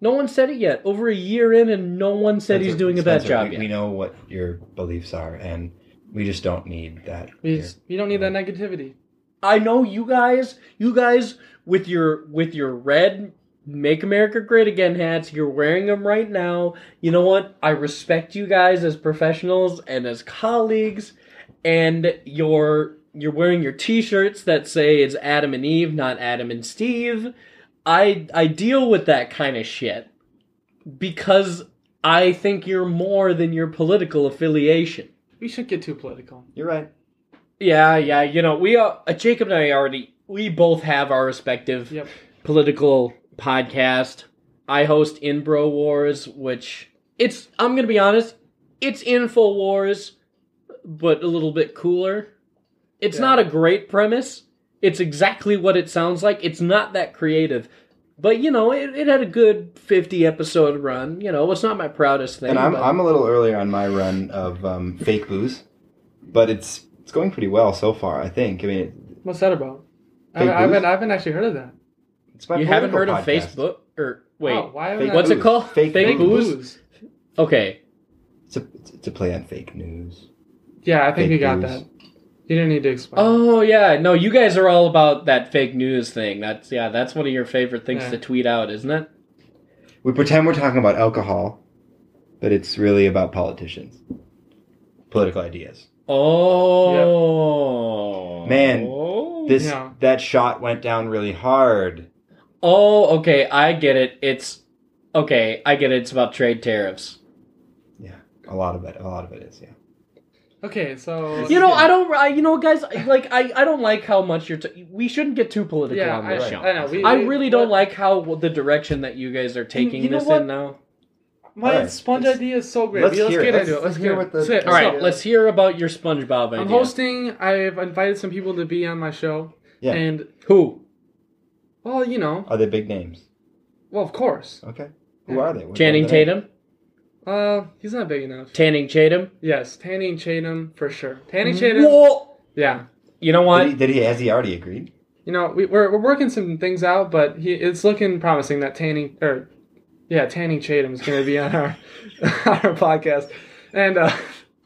Speaker 1: No one said it yet. Over a year in, and no one said he's
Speaker 2: Spencer-
Speaker 1: doing a bad
Speaker 2: Spencer,
Speaker 1: job
Speaker 2: We,
Speaker 1: yet.
Speaker 2: we know what your beliefs are, and we just don't need that.
Speaker 3: we,
Speaker 2: here.
Speaker 3: just- we don't need that negativity.
Speaker 1: I know you guys. You guys with your with your red "Make America Great Again" hats. You're wearing them right now. You know what? I respect you guys as professionals and as colleagues, and you're you're wearing your T-shirts that say it's Adam and Eve, not Adam and Steve. I I deal with that kind of shit because I think you're more than your political affiliation.
Speaker 3: We should get too political.
Speaker 2: You're right.
Speaker 1: Yeah, yeah. You know, we are uh, Jacob and I already. We both have our respective
Speaker 3: Yep.
Speaker 1: political podcast. I host Inbro Wars, which it's. I'm gonna be honest. It's Info Wars, but a little bit cooler. It's
Speaker 3: Yeah.
Speaker 1: not a great premise. It's exactly what it sounds like. It's not that creative. But you know, it, it had a good fifty episode run. You know, it's not my proudest thing.
Speaker 2: And I'm
Speaker 1: but-
Speaker 2: I'm a little earlier on my run of um, fake booze, but it's it's going pretty well so far. I think. I mean, it,
Speaker 3: What's that about? I,
Speaker 2: Fake
Speaker 3: I haven't.
Speaker 2: news?
Speaker 3: I haven't actually heard of that.
Speaker 2: it's my
Speaker 1: you haven't
Speaker 2: political
Speaker 1: heard of
Speaker 2: podcast.
Speaker 1: Facebook or wait?
Speaker 3: Wow, why haven't
Speaker 2: Fake
Speaker 3: I-
Speaker 1: What's it
Speaker 2: news.
Speaker 1: called?
Speaker 2: Fake
Speaker 1: Fake
Speaker 2: news.
Speaker 1: booze. Okay,
Speaker 2: It's a it's a play on fake news.
Speaker 3: Yeah, I think
Speaker 2: Fake
Speaker 3: you got
Speaker 2: news.
Speaker 3: that. You didn't need to explain.
Speaker 1: Oh yeah, no, you guys are all about that fake news thing. That's yeah, that's one of your favorite things
Speaker 3: Yeah.
Speaker 1: to tweet out, isn't it?
Speaker 2: We pretend we're talking about alcohol, but it's really about politicians, political ideas.
Speaker 1: Oh
Speaker 2: Man,
Speaker 1: Oh.
Speaker 2: This
Speaker 3: Yeah.
Speaker 2: that shot went down really hard.
Speaker 1: Oh, okay, I get it. It's okay, I get it. It's about trade tariffs.
Speaker 2: A lot of it. A lot of it is. Yeah.
Speaker 3: Okay, so
Speaker 1: You know, I don't. I, you know, guys, like I, I don't like how much you're. T- we shouldn't get too political
Speaker 3: Yeah,
Speaker 1: on this
Speaker 2: I-
Speaker 1: show.
Speaker 3: I know, we-
Speaker 1: I
Speaker 3: we-
Speaker 1: really don't
Speaker 3: what-
Speaker 1: like how well, the direction that you guys are taking
Speaker 3: you know
Speaker 1: this
Speaker 3: what?
Speaker 1: in now.
Speaker 3: my
Speaker 2: Alright,
Speaker 3: sponge
Speaker 2: let's-
Speaker 3: idea is so great.
Speaker 2: let's
Speaker 3: Yeah, let's
Speaker 2: hear it.
Speaker 3: get
Speaker 2: Let's-
Speaker 3: into
Speaker 2: let's
Speaker 3: it. Let's
Speaker 2: hear
Speaker 3: get
Speaker 2: what
Speaker 3: it.
Speaker 2: the-
Speaker 3: Let's get it.
Speaker 1: All
Speaker 2: Let's
Speaker 1: right,
Speaker 2: go.
Speaker 1: let's hear about your SpongeBob idea.
Speaker 3: I'm hosting. I've invited some people to be on my show.
Speaker 2: Yeah.
Speaker 3: And
Speaker 1: Who?
Speaker 3: well, you know,
Speaker 2: Are they big names?
Speaker 3: well, of course.
Speaker 2: Okay. Who are they? What
Speaker 1: Channing
Speaker 2: are they?
Speaker 1: Tatum.
Speaker 3: Uh, he's not big enough.
Speaker 1: Tanning Tatum.
Speaker 3: Yes, Tanning Chatham for sure. Tanning Chatham.
Speaker 1: Whoa!
Speaker 3: Yeah.
Speaker 1: You know
Speaker 2: Did
Speaker 1: what?
Speaker 2: he, did he? Has he already agreed?
Speaker 3: You know, we, we're we're working some things out, but he it's looking promising that Tanning or yeah, Tanning Chatham is going to be on our our podcast, and uh,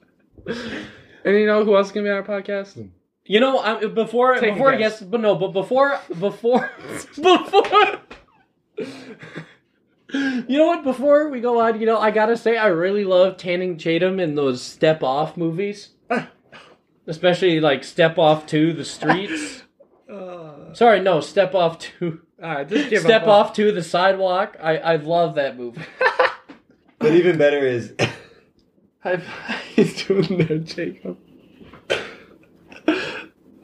Speaker 3: and you know who else is going to be on our podcast?
Speaker 1: You know, I, before
Speaker 3: Take a
Speaker 1: before I
Speaker 3: guess.
Speaker 1: guess, but no, but before before before You know what? Before we go on, you know, I gotta say I really love Tanning Tatum in those Step Off movies, especially like Step Off to the Streets.
Speaker 3: all
Speaker 1: Sorry, no, Step Off to
Speaker 3: right, just Uh. give
Speaker 1: Step
Speaker 3: up.
Speaker 1: Off to the Sidewalk. I I love that movie.
Speaker 2: But even better is
Speaker 3: High five. He's doing there, Jacob.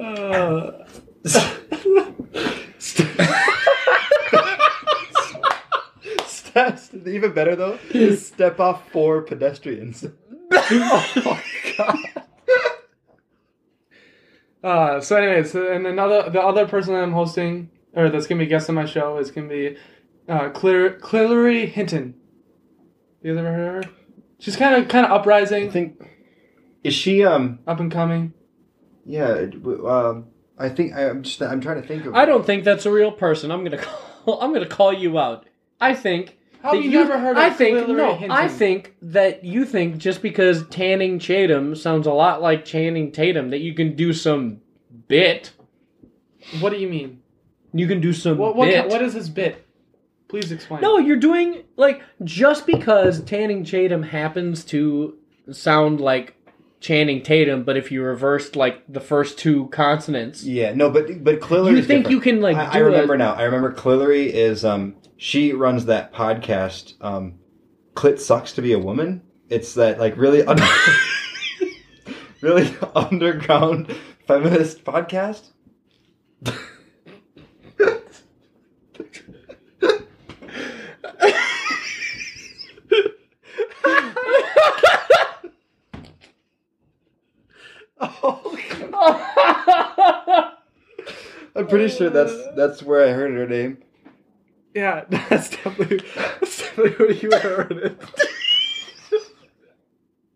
Speaker 3: Uh,
Speaker 2: steps. Even better though is step off for pedestrians. oh my god!
Speaker 3: uh, so, anyways, so- and another the other person that I'm hosting or that's gonna be a guest on my show is gonna be uh, Claire Clary Hinton. You guys ever heard of her? She's kind of kind of
Speaker 2: I
Speaker 3: uprising,
Speaker 2: think is she um
Speaker 3: up and coming.
Speaker 2: yeah it- w- um I think I, I'm just I'm trying to think of
Speaker 1: I don't think that's a real person. I'm gonna call, I'm gonna call you out. I think
Speaker 3: How
Speaker 1: that
Speaker 3: have you, never heard of
Speaker 1: I think
Speaker 3: Clary
Speaker 1: no.
Speaker 3: Hinton?
Speaker 1: I think that you think just because Tanning Tatum sounds a lot like Channing Tatum that you can do some bit.
Speaker 3: What do you mean?
Speaker 1: You can do some
Speaker 3: What what,
Speaker 1: bit.
Speaker 3: what is this bit? Please explain.
Speaker 1: no, you're doing like just because Tanning Tatum happens to sound like Channing Tatum, but if you reversed like the first two consonants,
Speaker 2: Yeah, no, but but Cleary.
Speaker 1: you think you can like
Speaker 2: I, I
Speaker 1: do a-
Speaker 2: remember now. I remember Cleary is um she runs that podcast um Clit sucks to be a woman. It's that like really un- really underground feminist podcast. Oh god. I'm pretty sure that's that's where I heard her name.
Speaker 3: Yeah, that's definitely that's definitely what you heard. It.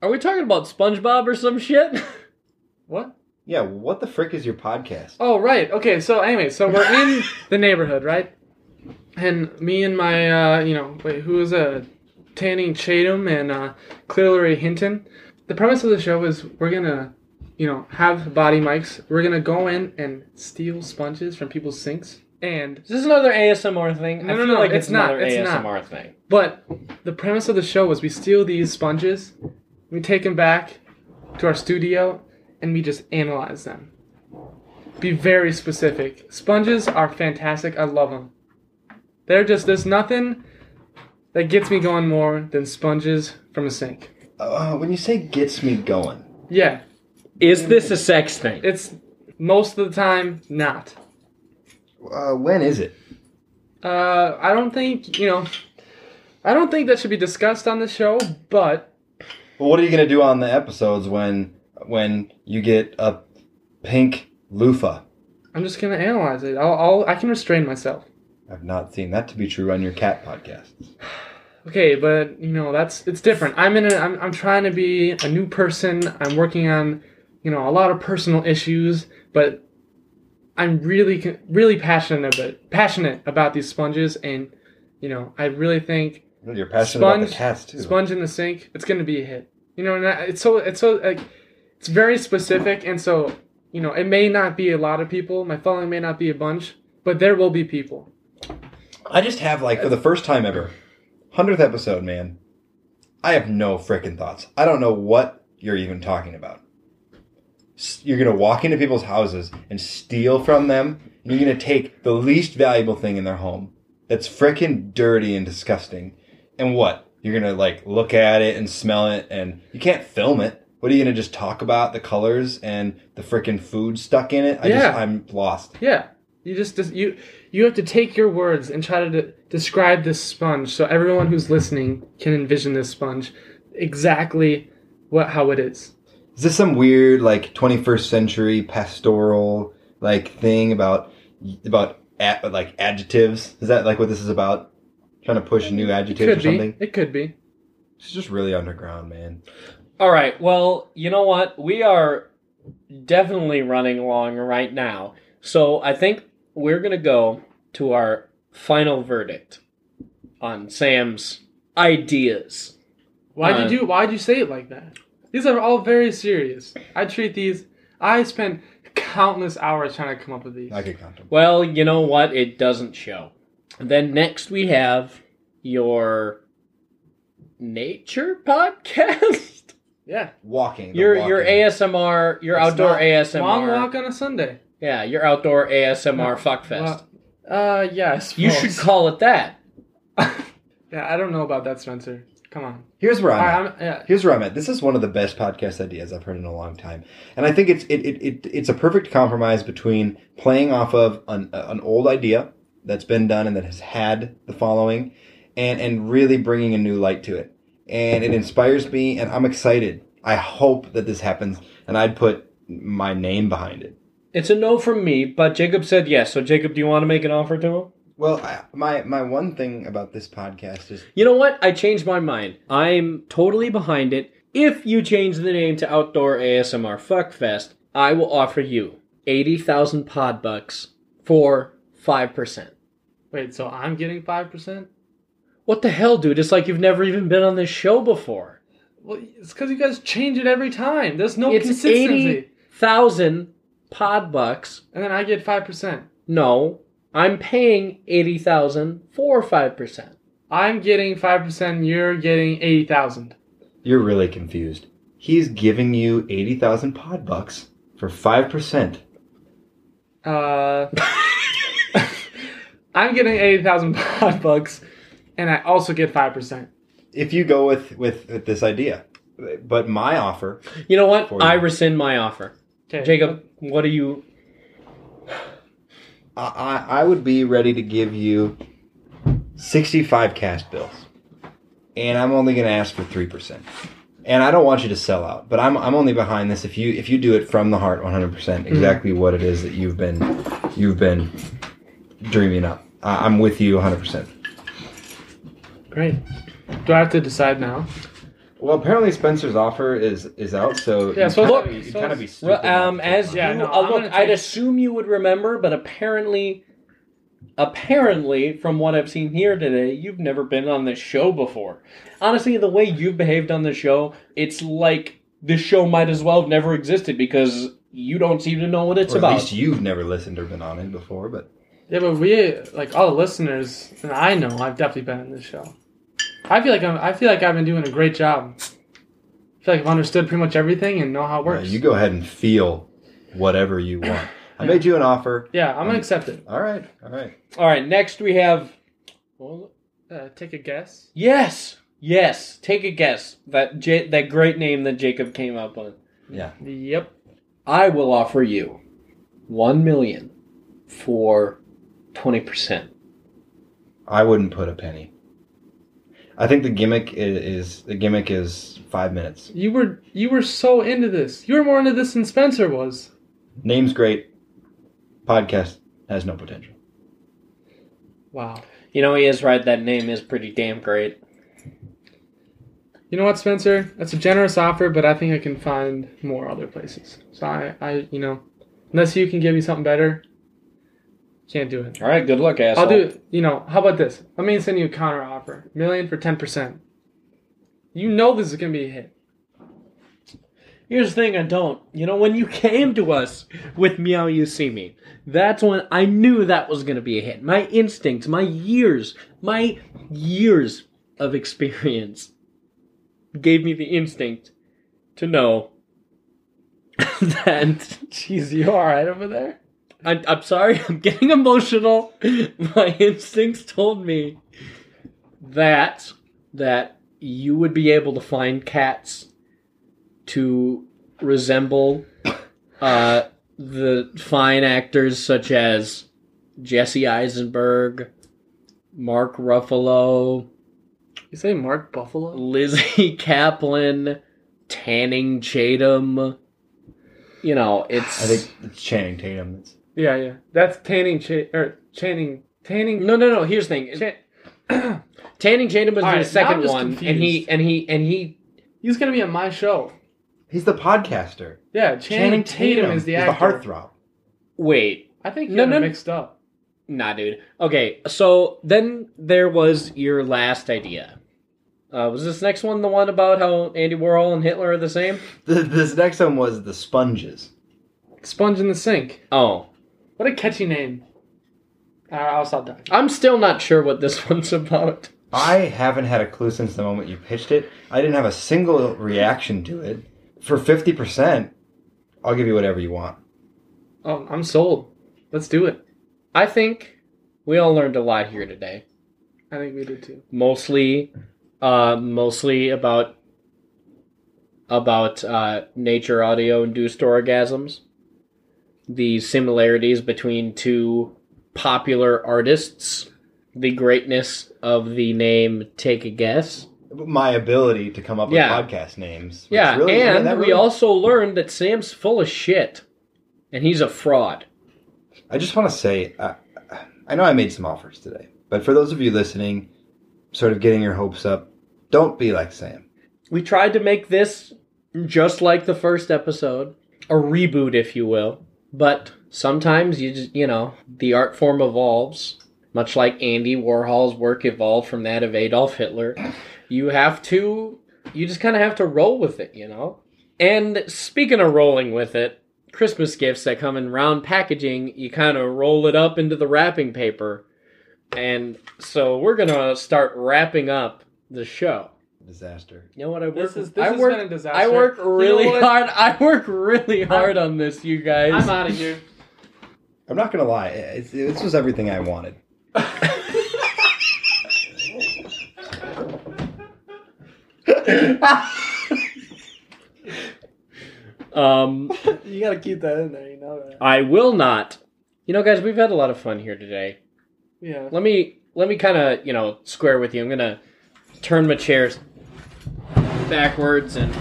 Speaker 1: Are we talking about SpongeBob or some shit?
Speaker 3: What?
Speaker 2: Yeah, what the frick is your podcast?
Speaker 3: Oh right. Okay. So anyway, so we're in the neighborhood, right? And me and my, uh, you know, wait, who is a uh, Tanning Chatham and uh, Clary Hinton. The premise of the show is we're gonna, you know, have body mics. We're gonna go in and steal sponges from people's sinks. And
Speaker 1: Is this another ASMR thing?
Speaker 3: No, no, no, it's not,
Speaker 1: another
Speaker 3: it's not.
Speaker 1: ASMR thing.
Speaker 3: but the premise of the show is we steal these sponges, we take them back to our studio, and we just analyze them. Be very specific. Sponges are fantastic. I love them. They're just there's nothing that gets me going more than sponges from a sink.
Speaker 2: Uh, when you say gets me going,
Speaker 3: Yeah,
Speaker 1: Is this a sex thing?
Speaker 3: it's most of the time not.
Speaker 2: uh, when is it?
Speaker 3: Uh, I don't think you know. I don't think that should be discussed on the show, but
Speaker 2: Well, what are you gonna do on the episodes when when you get a pink loofah?
Speaker 3: I'm just gonna analyze it. I'll, I'll I can restrain myself.
Speaker 2: I've not seen that to be true on your cat podcast.
Speaker 3: Okay, but you know that's it's different. I'm in. A, I'm I'm trying to be a new person. I'm working on, you know, a lot of personal issues, but I'm really con- really passionate about passionate about these sponges, and you know, I really think
Speaker 2: You're passionate about the
Speaker 3: Sponge-
Speaker 2: cats too.
Speaker 3: sponge in the sink. It's gonna be a hit. You know, and I, it's so it's so like it's very specific, and so you know, it may not be a lot of people. My following may not be a bunch, but there will be people.
Speaker 2: I just have like for the first time ever, hundredth episode, man. I have no freaking thoughts. I don't know what you're even talking about. S- You're gonna walk into people's houses and steal from them. And you're gonna take the least valuable thing in their home that's freaking dirty and disgusting. And what? You're gonna like look at it and smell it, and you can't film it. What are you gonna just talk about the colors and the freaking food stuck in it? I just
Speaker 3: Yeah.
Speaker 2: I'm lost.
Speaker 3: Yeah, you just just- you you have to take your words and try to de- describe this sponge so everyone who's listening can envision this sponge exactly what how it is.
Speaker 2: Is this some weird like 21st century pastoral like thing about about ad, like adjectives? Is that like what this is about? Trying to push new adjectives or
Speaker 3: Could be.
Speaker 2: something?
Speaker 3: It could be.
Speaker 2: It's just really underground, man.
Speaker 1: All right. Well, you know what? We are definitely running long right now, so I think we're gonna go to our final verdict on Sam's ideas.
Speaker 3: Why
Speaker 1: Uh,
Speaker 3: did you Why did you say it like that? These are all very serious. I treat these. I spent countless hours trying to come up with these.
Speaker 2: I could count them.
Speaker 1: Well, you know what? It doesn't show. And then next we have your nature podcast.
Speaker 3: Yeah.
Speaker 2: Walking. the
Speaker 1: your
Speaker 2: walking.
Speaker 1: your ASMR, your
Speaker 2: It's
Speaker 1: outdoor
Speaker 2: not-
Speaker 1: ASMR.
Speaker 3: Long walk on a Sunday.
Speaker 1: Yeah, your outdoor ASMR fuckfest.
Speaker 3: Uh, yes.
Speaker 1: you should call it that.
Speaker 3: yeah, I don't know about that, Spencer. Come on.
Speaker 2: Here's where I'm
Speaker 3: I,
Speaker 2: at.
Speaker 3: I'm, yeah.
Speaker 2: Here's where I'm at. This is one of the best podcast ideas I've heard in a long time, and I think it's it, it, it it's a perfect compromise between playing off of an, uh, an old idea that's been done and that has had the following, and and really bringing a new light to it. And it inspires me, and I'm excited. I hope that this happens, and I'd put my name behind it.
Speaker 1: It's a no from me, but Jacob said yes. So Jacob, do you want to make an offer to him?
Speaker 2: Well, I, my my one thing about this podcast is
Speaker 1: You know what? I changed my mind. I'm totally behind it. If you change the name to Outdoor ASMR Fuckfest, I will offer you 80,000 pod bucks for 5%.
Speaker 3: Wait, so I'm getting 5%?
Speaker 1: What the hell, dude? It's like you've never even been on this show before.
Speaker 3: Well, it's because you guys change it every time. There's no
Speaker 1: It's
Speaker 3: Oh, consistency.
Speaker 1: 80,000 pod bucks.
Speaker 3: And then I get 5%.
Speaker 1: No, I'm paying 80,000 for 5%.
Speaker 3: I'm getting 5%, you're getting 80,000.
Speaker 2: You're really confused. He's giving you 80,000 pod bucks for 5%.
Speaker 3: Uh, I'm getting 80,000 pod bucks, and I also get 5%.
Speaker 2: If you go with, with, with this idea. But my offer,
Speaker 1: You know what?
Speaker 2: For you.
Speaker 1: I rescind my offer.
Speaker 3: Okay.
Speaker 1: Jacob, what do you
Speaker 2: I, I, I would be ready to give you 65 cash bills. And I'm only going to ask for 3%. And I don't want you to sell out, but I'm, I'm only behind this if you if you do it from the heart 100%,
Speaker 1: Mm-hmm.
Speaker 2: exactly what it is that you've been you've been dreaming up. I, I'm with you 100%.
Speaker 3: Great. Do I have to decide now?
Speaker 2: Well, apparently Spencer's offer is is out, so
Speaker 3: Yeah,
Speaker 2: you'd
Speaker 3: so
Speaker 2: kinda
Speaker 3: look-
Speaker 2: be- you'd
Speaker 3: so-
Speaker 2: kind of be stupid.
Speaker 1: Well, um,
Speaker 2: not to
Speaker 1: as
Speaker 2: take
Speaker 3: Yeah,
Speaker 1: you,
Speaker 3: no,
Speaker 1: uh,
Speaker 3: I'm
Speaker 1: look,
Speaker 3: gonna
Speaker 1: I'd
Speaker 3: take-
Speaker 1: assume you would remember, but apparently, apparently, from what I've seen here today, you've never been on this show before. Honestly, the way you've behaved on this show, it's like this show might as well have never existed because you don't seem to know what it's
Speaker 2: Or at
Speaker 1: about.
Speaker 2: least you've never listened or been on it before, but
Speaker 3: Yeah, but we like all the listeners, and I know I've definitely been in this show. I feel like I'm, I feel like I've been doing a great job. I feel like I've understood pretty much everything and know how it
Speaker 2: uh,
Speaker 3: works.
Speaker 2: you go ahead and feel whatever you want. I made you an offer.
Speaker 3: yeah, I'm gonna accept it.
Speaker 2: All right, all right.
Speaker 1: All right, next we have. Well,
Speaker 3: Uh, take a guess.
Speaker 1: yes, yes. Take a guess that J- that great name that Jacob came up with.
Speaker 2: Yeah,
Speaker 3: Yep.
Speaker 1: I will offer you one million for twenty percent.
Speaker 2: I wouldn't put a penny. I think the gimmick is, is the gimmick is five minutes.
Speaker 3: You were you were so into this. You were more into this than Spencer was.
Speaker 2: Name's great. Podcast has no potential.
Speaker 3: Wow.
Speaker 1: You know, he is right. That name is pretty damn great.
Speaker 3: You know what, Spencer? That's a generous offer, but I think I can find more other places. So I, I you know, unless you can give me something better, can't do it.
Speaker 1: All right, good luck, asshole.
Speaker 3: I'll do. You know, how about this? Let me send you a counter offer, million for ten percent. You know this is gonna be a hit.
Speaker 1: Here's the thing I don't. You know, when you came to us with Meow You See Me, that's when I knew that was going to be a hit. My instincts, my years, my years of experience gave me the instinct to know that.
Speaker 3: Jeez, you all right over there?
Speaker 1: I, I'm sorry, I'm getting emotional. My instincts told me that that you would be able to find cats to resemble uh, the fine actors such as Jesse Eisenberg, Mark Ruffalo,
Speaker 3: You say Mark Buffalo?
Speaker 1: Lizzie Kaplan, Tanning Chatham. You know, it's
Speaker 2: I think it's Channing Tatum. That's,
Speaker 3: Yeah, yeah. That's Tanning Ch- or Channing Tanning.
Speaker 1: no, no, no. Here's the thing.
Speaker 3: Cha-
Speaker 1: Tanning Tatum was
Speaker 3: All
Speaker 1: in
Speaker 3: right,
Speaker 1: the
Speaker 3: now I'm
Speaker 1: second
Speaker 3: just
Speaker 1: one,
Speaker 3: confused.
Speaker 1: and he and he and he.
Speaker 3: He's gonna be on my show.
Speaker 2: he's the podcaster.
Speaker 3: Yeah, Channing, Tatum, is the actor.
Speaker 2: heartthrob.
Speaker 1: Wait,
Speaker 3: I think
Speaker 1: No,
Speaker 3: you're
Speaker 1: no, no.
Speaker 3: mixed up.
Speaker 1: nah, dude. Okay, so then there was your last idea. Uh, was this next one the one about how Andy Warhol and Hitler are the same?
Speaker 2: Th- This next one was the sponges.
Speaker 3: Sponge in the sink.
Speaker 1: Oh,
Speaker 3: What a catchy name. Uh, I'll stop that.
Speaker 1: I'm still not sure what this one's about.
Speaker 2: I haven't had a clue since the moment you pitched it. I didn't have a single reaction to it. For 50%, I'll give you whatever you want.
Speaker 3: Oh, I'm sold. Let's do it.
Speaker 1: I think we all learned a lot here today.
Speaker 3: I think we did too.
Speaker 1: Mostly, uh, mostly about about uh, nature audio induced orgasms, the similarities between two popular artists, the greatness of the name Take a Guess.
Speaker 2: My ability to come up with
Speaker 1: Yeah.
Speaker 2: podcast names. which
Speaker 1: Yeah,
Speaker 2: really-
Speaker 1: and
Speaker 2: that
Speaker 1: we
Speaker 2: really-
Speaker 1: also learned that Sam's full of shit, and he's a fraud.
Speaker 2: I just want to say, I, I know I made some offers today, but for those of you listening, sort of getting your hopes up, don't be like Sam.
Speaker 1: We tried to make this just like the first episode, a reboot, if you will. But sometimes you just, you know, the art form evolves, much like Andy Warhol's work evolved from that of Adolf Hitler. You have to, you just kind of have to roll with it, you know? And speaking of rolling with it, Christmas gifts that come in round packaging, you kind of roll it up into the wrapping paper. And so we're going to start wrapping up the show.
Speaker 2: Disaster.
Speaker 1: You know what I work?
Speaker 3: This is this
Speaker 1: I
Speaker 3: has
Speaker 1: work.
Speaker 3: been a disaster.
Speaker 1: I work
Speaker 3: know
Speaker 1: really
Speaker 3: what?
Speaker 1: hard. I work really hard on this, you guys.
Speaker 3: I'm out of here.
Speaker 2: I'm not going to lie. It's, this was everything I wanted.
Speaker 1: um,
Speaker 3: you gotta keep that in there, you know that.
Speaker 1: I will not. You know, guys, we've had a lot of fun here today.
Speaker 3: Yeah.
Speaker 1: Let me let me kind of you know square with you. I'm gonna turn my chairs backwards and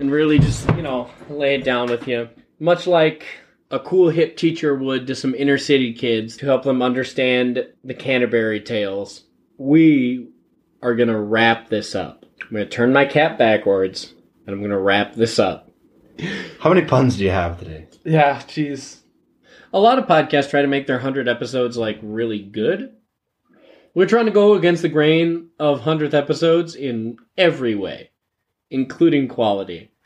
Speaker 1: and really just you know lay it down with you, much like a cool hip teacher would to some inner city kids to help them understand the Canterbury Tales. We are gonna wrap this up. I'm gonna turn my cap backwards and I'm gonna wrap this up.
Speaker 2: How many puns do you have today?
Speaker 3: Yeah, jeez.
Speaker 1: A lot of podcasts try to make their hundred episodes like really good. We're trying to go against the grain of hundredth episodes in every way, including quality.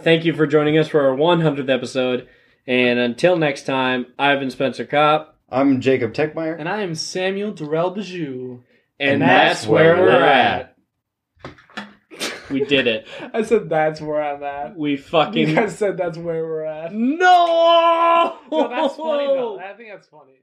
Speaker 1: Thank you for joining us for our 100th episode, and until next time, I've been Spencer Kopp,
Speaker 2: I'm Jacob Techmeyer.
Speaker 3: And I am Samuel Durrell Bajou.
Speaker 1: and,
Speaker 2: And
Speaker 1: that's,
Speaker 2: that's
Speaker 1: where
Speaker 2: where
Speaker 1: we're
Speaker 2: we're
Speaker 1: at. We did it.
Speaker 3: I said that's where I'm at.
Speaker 1: We
Speaker 3: You
Speaker 1: fucking
Speaker 3: guys said that's where we're at.
Speaker 1: no.
Speaker 3: No, that's funny though. I think that's funny.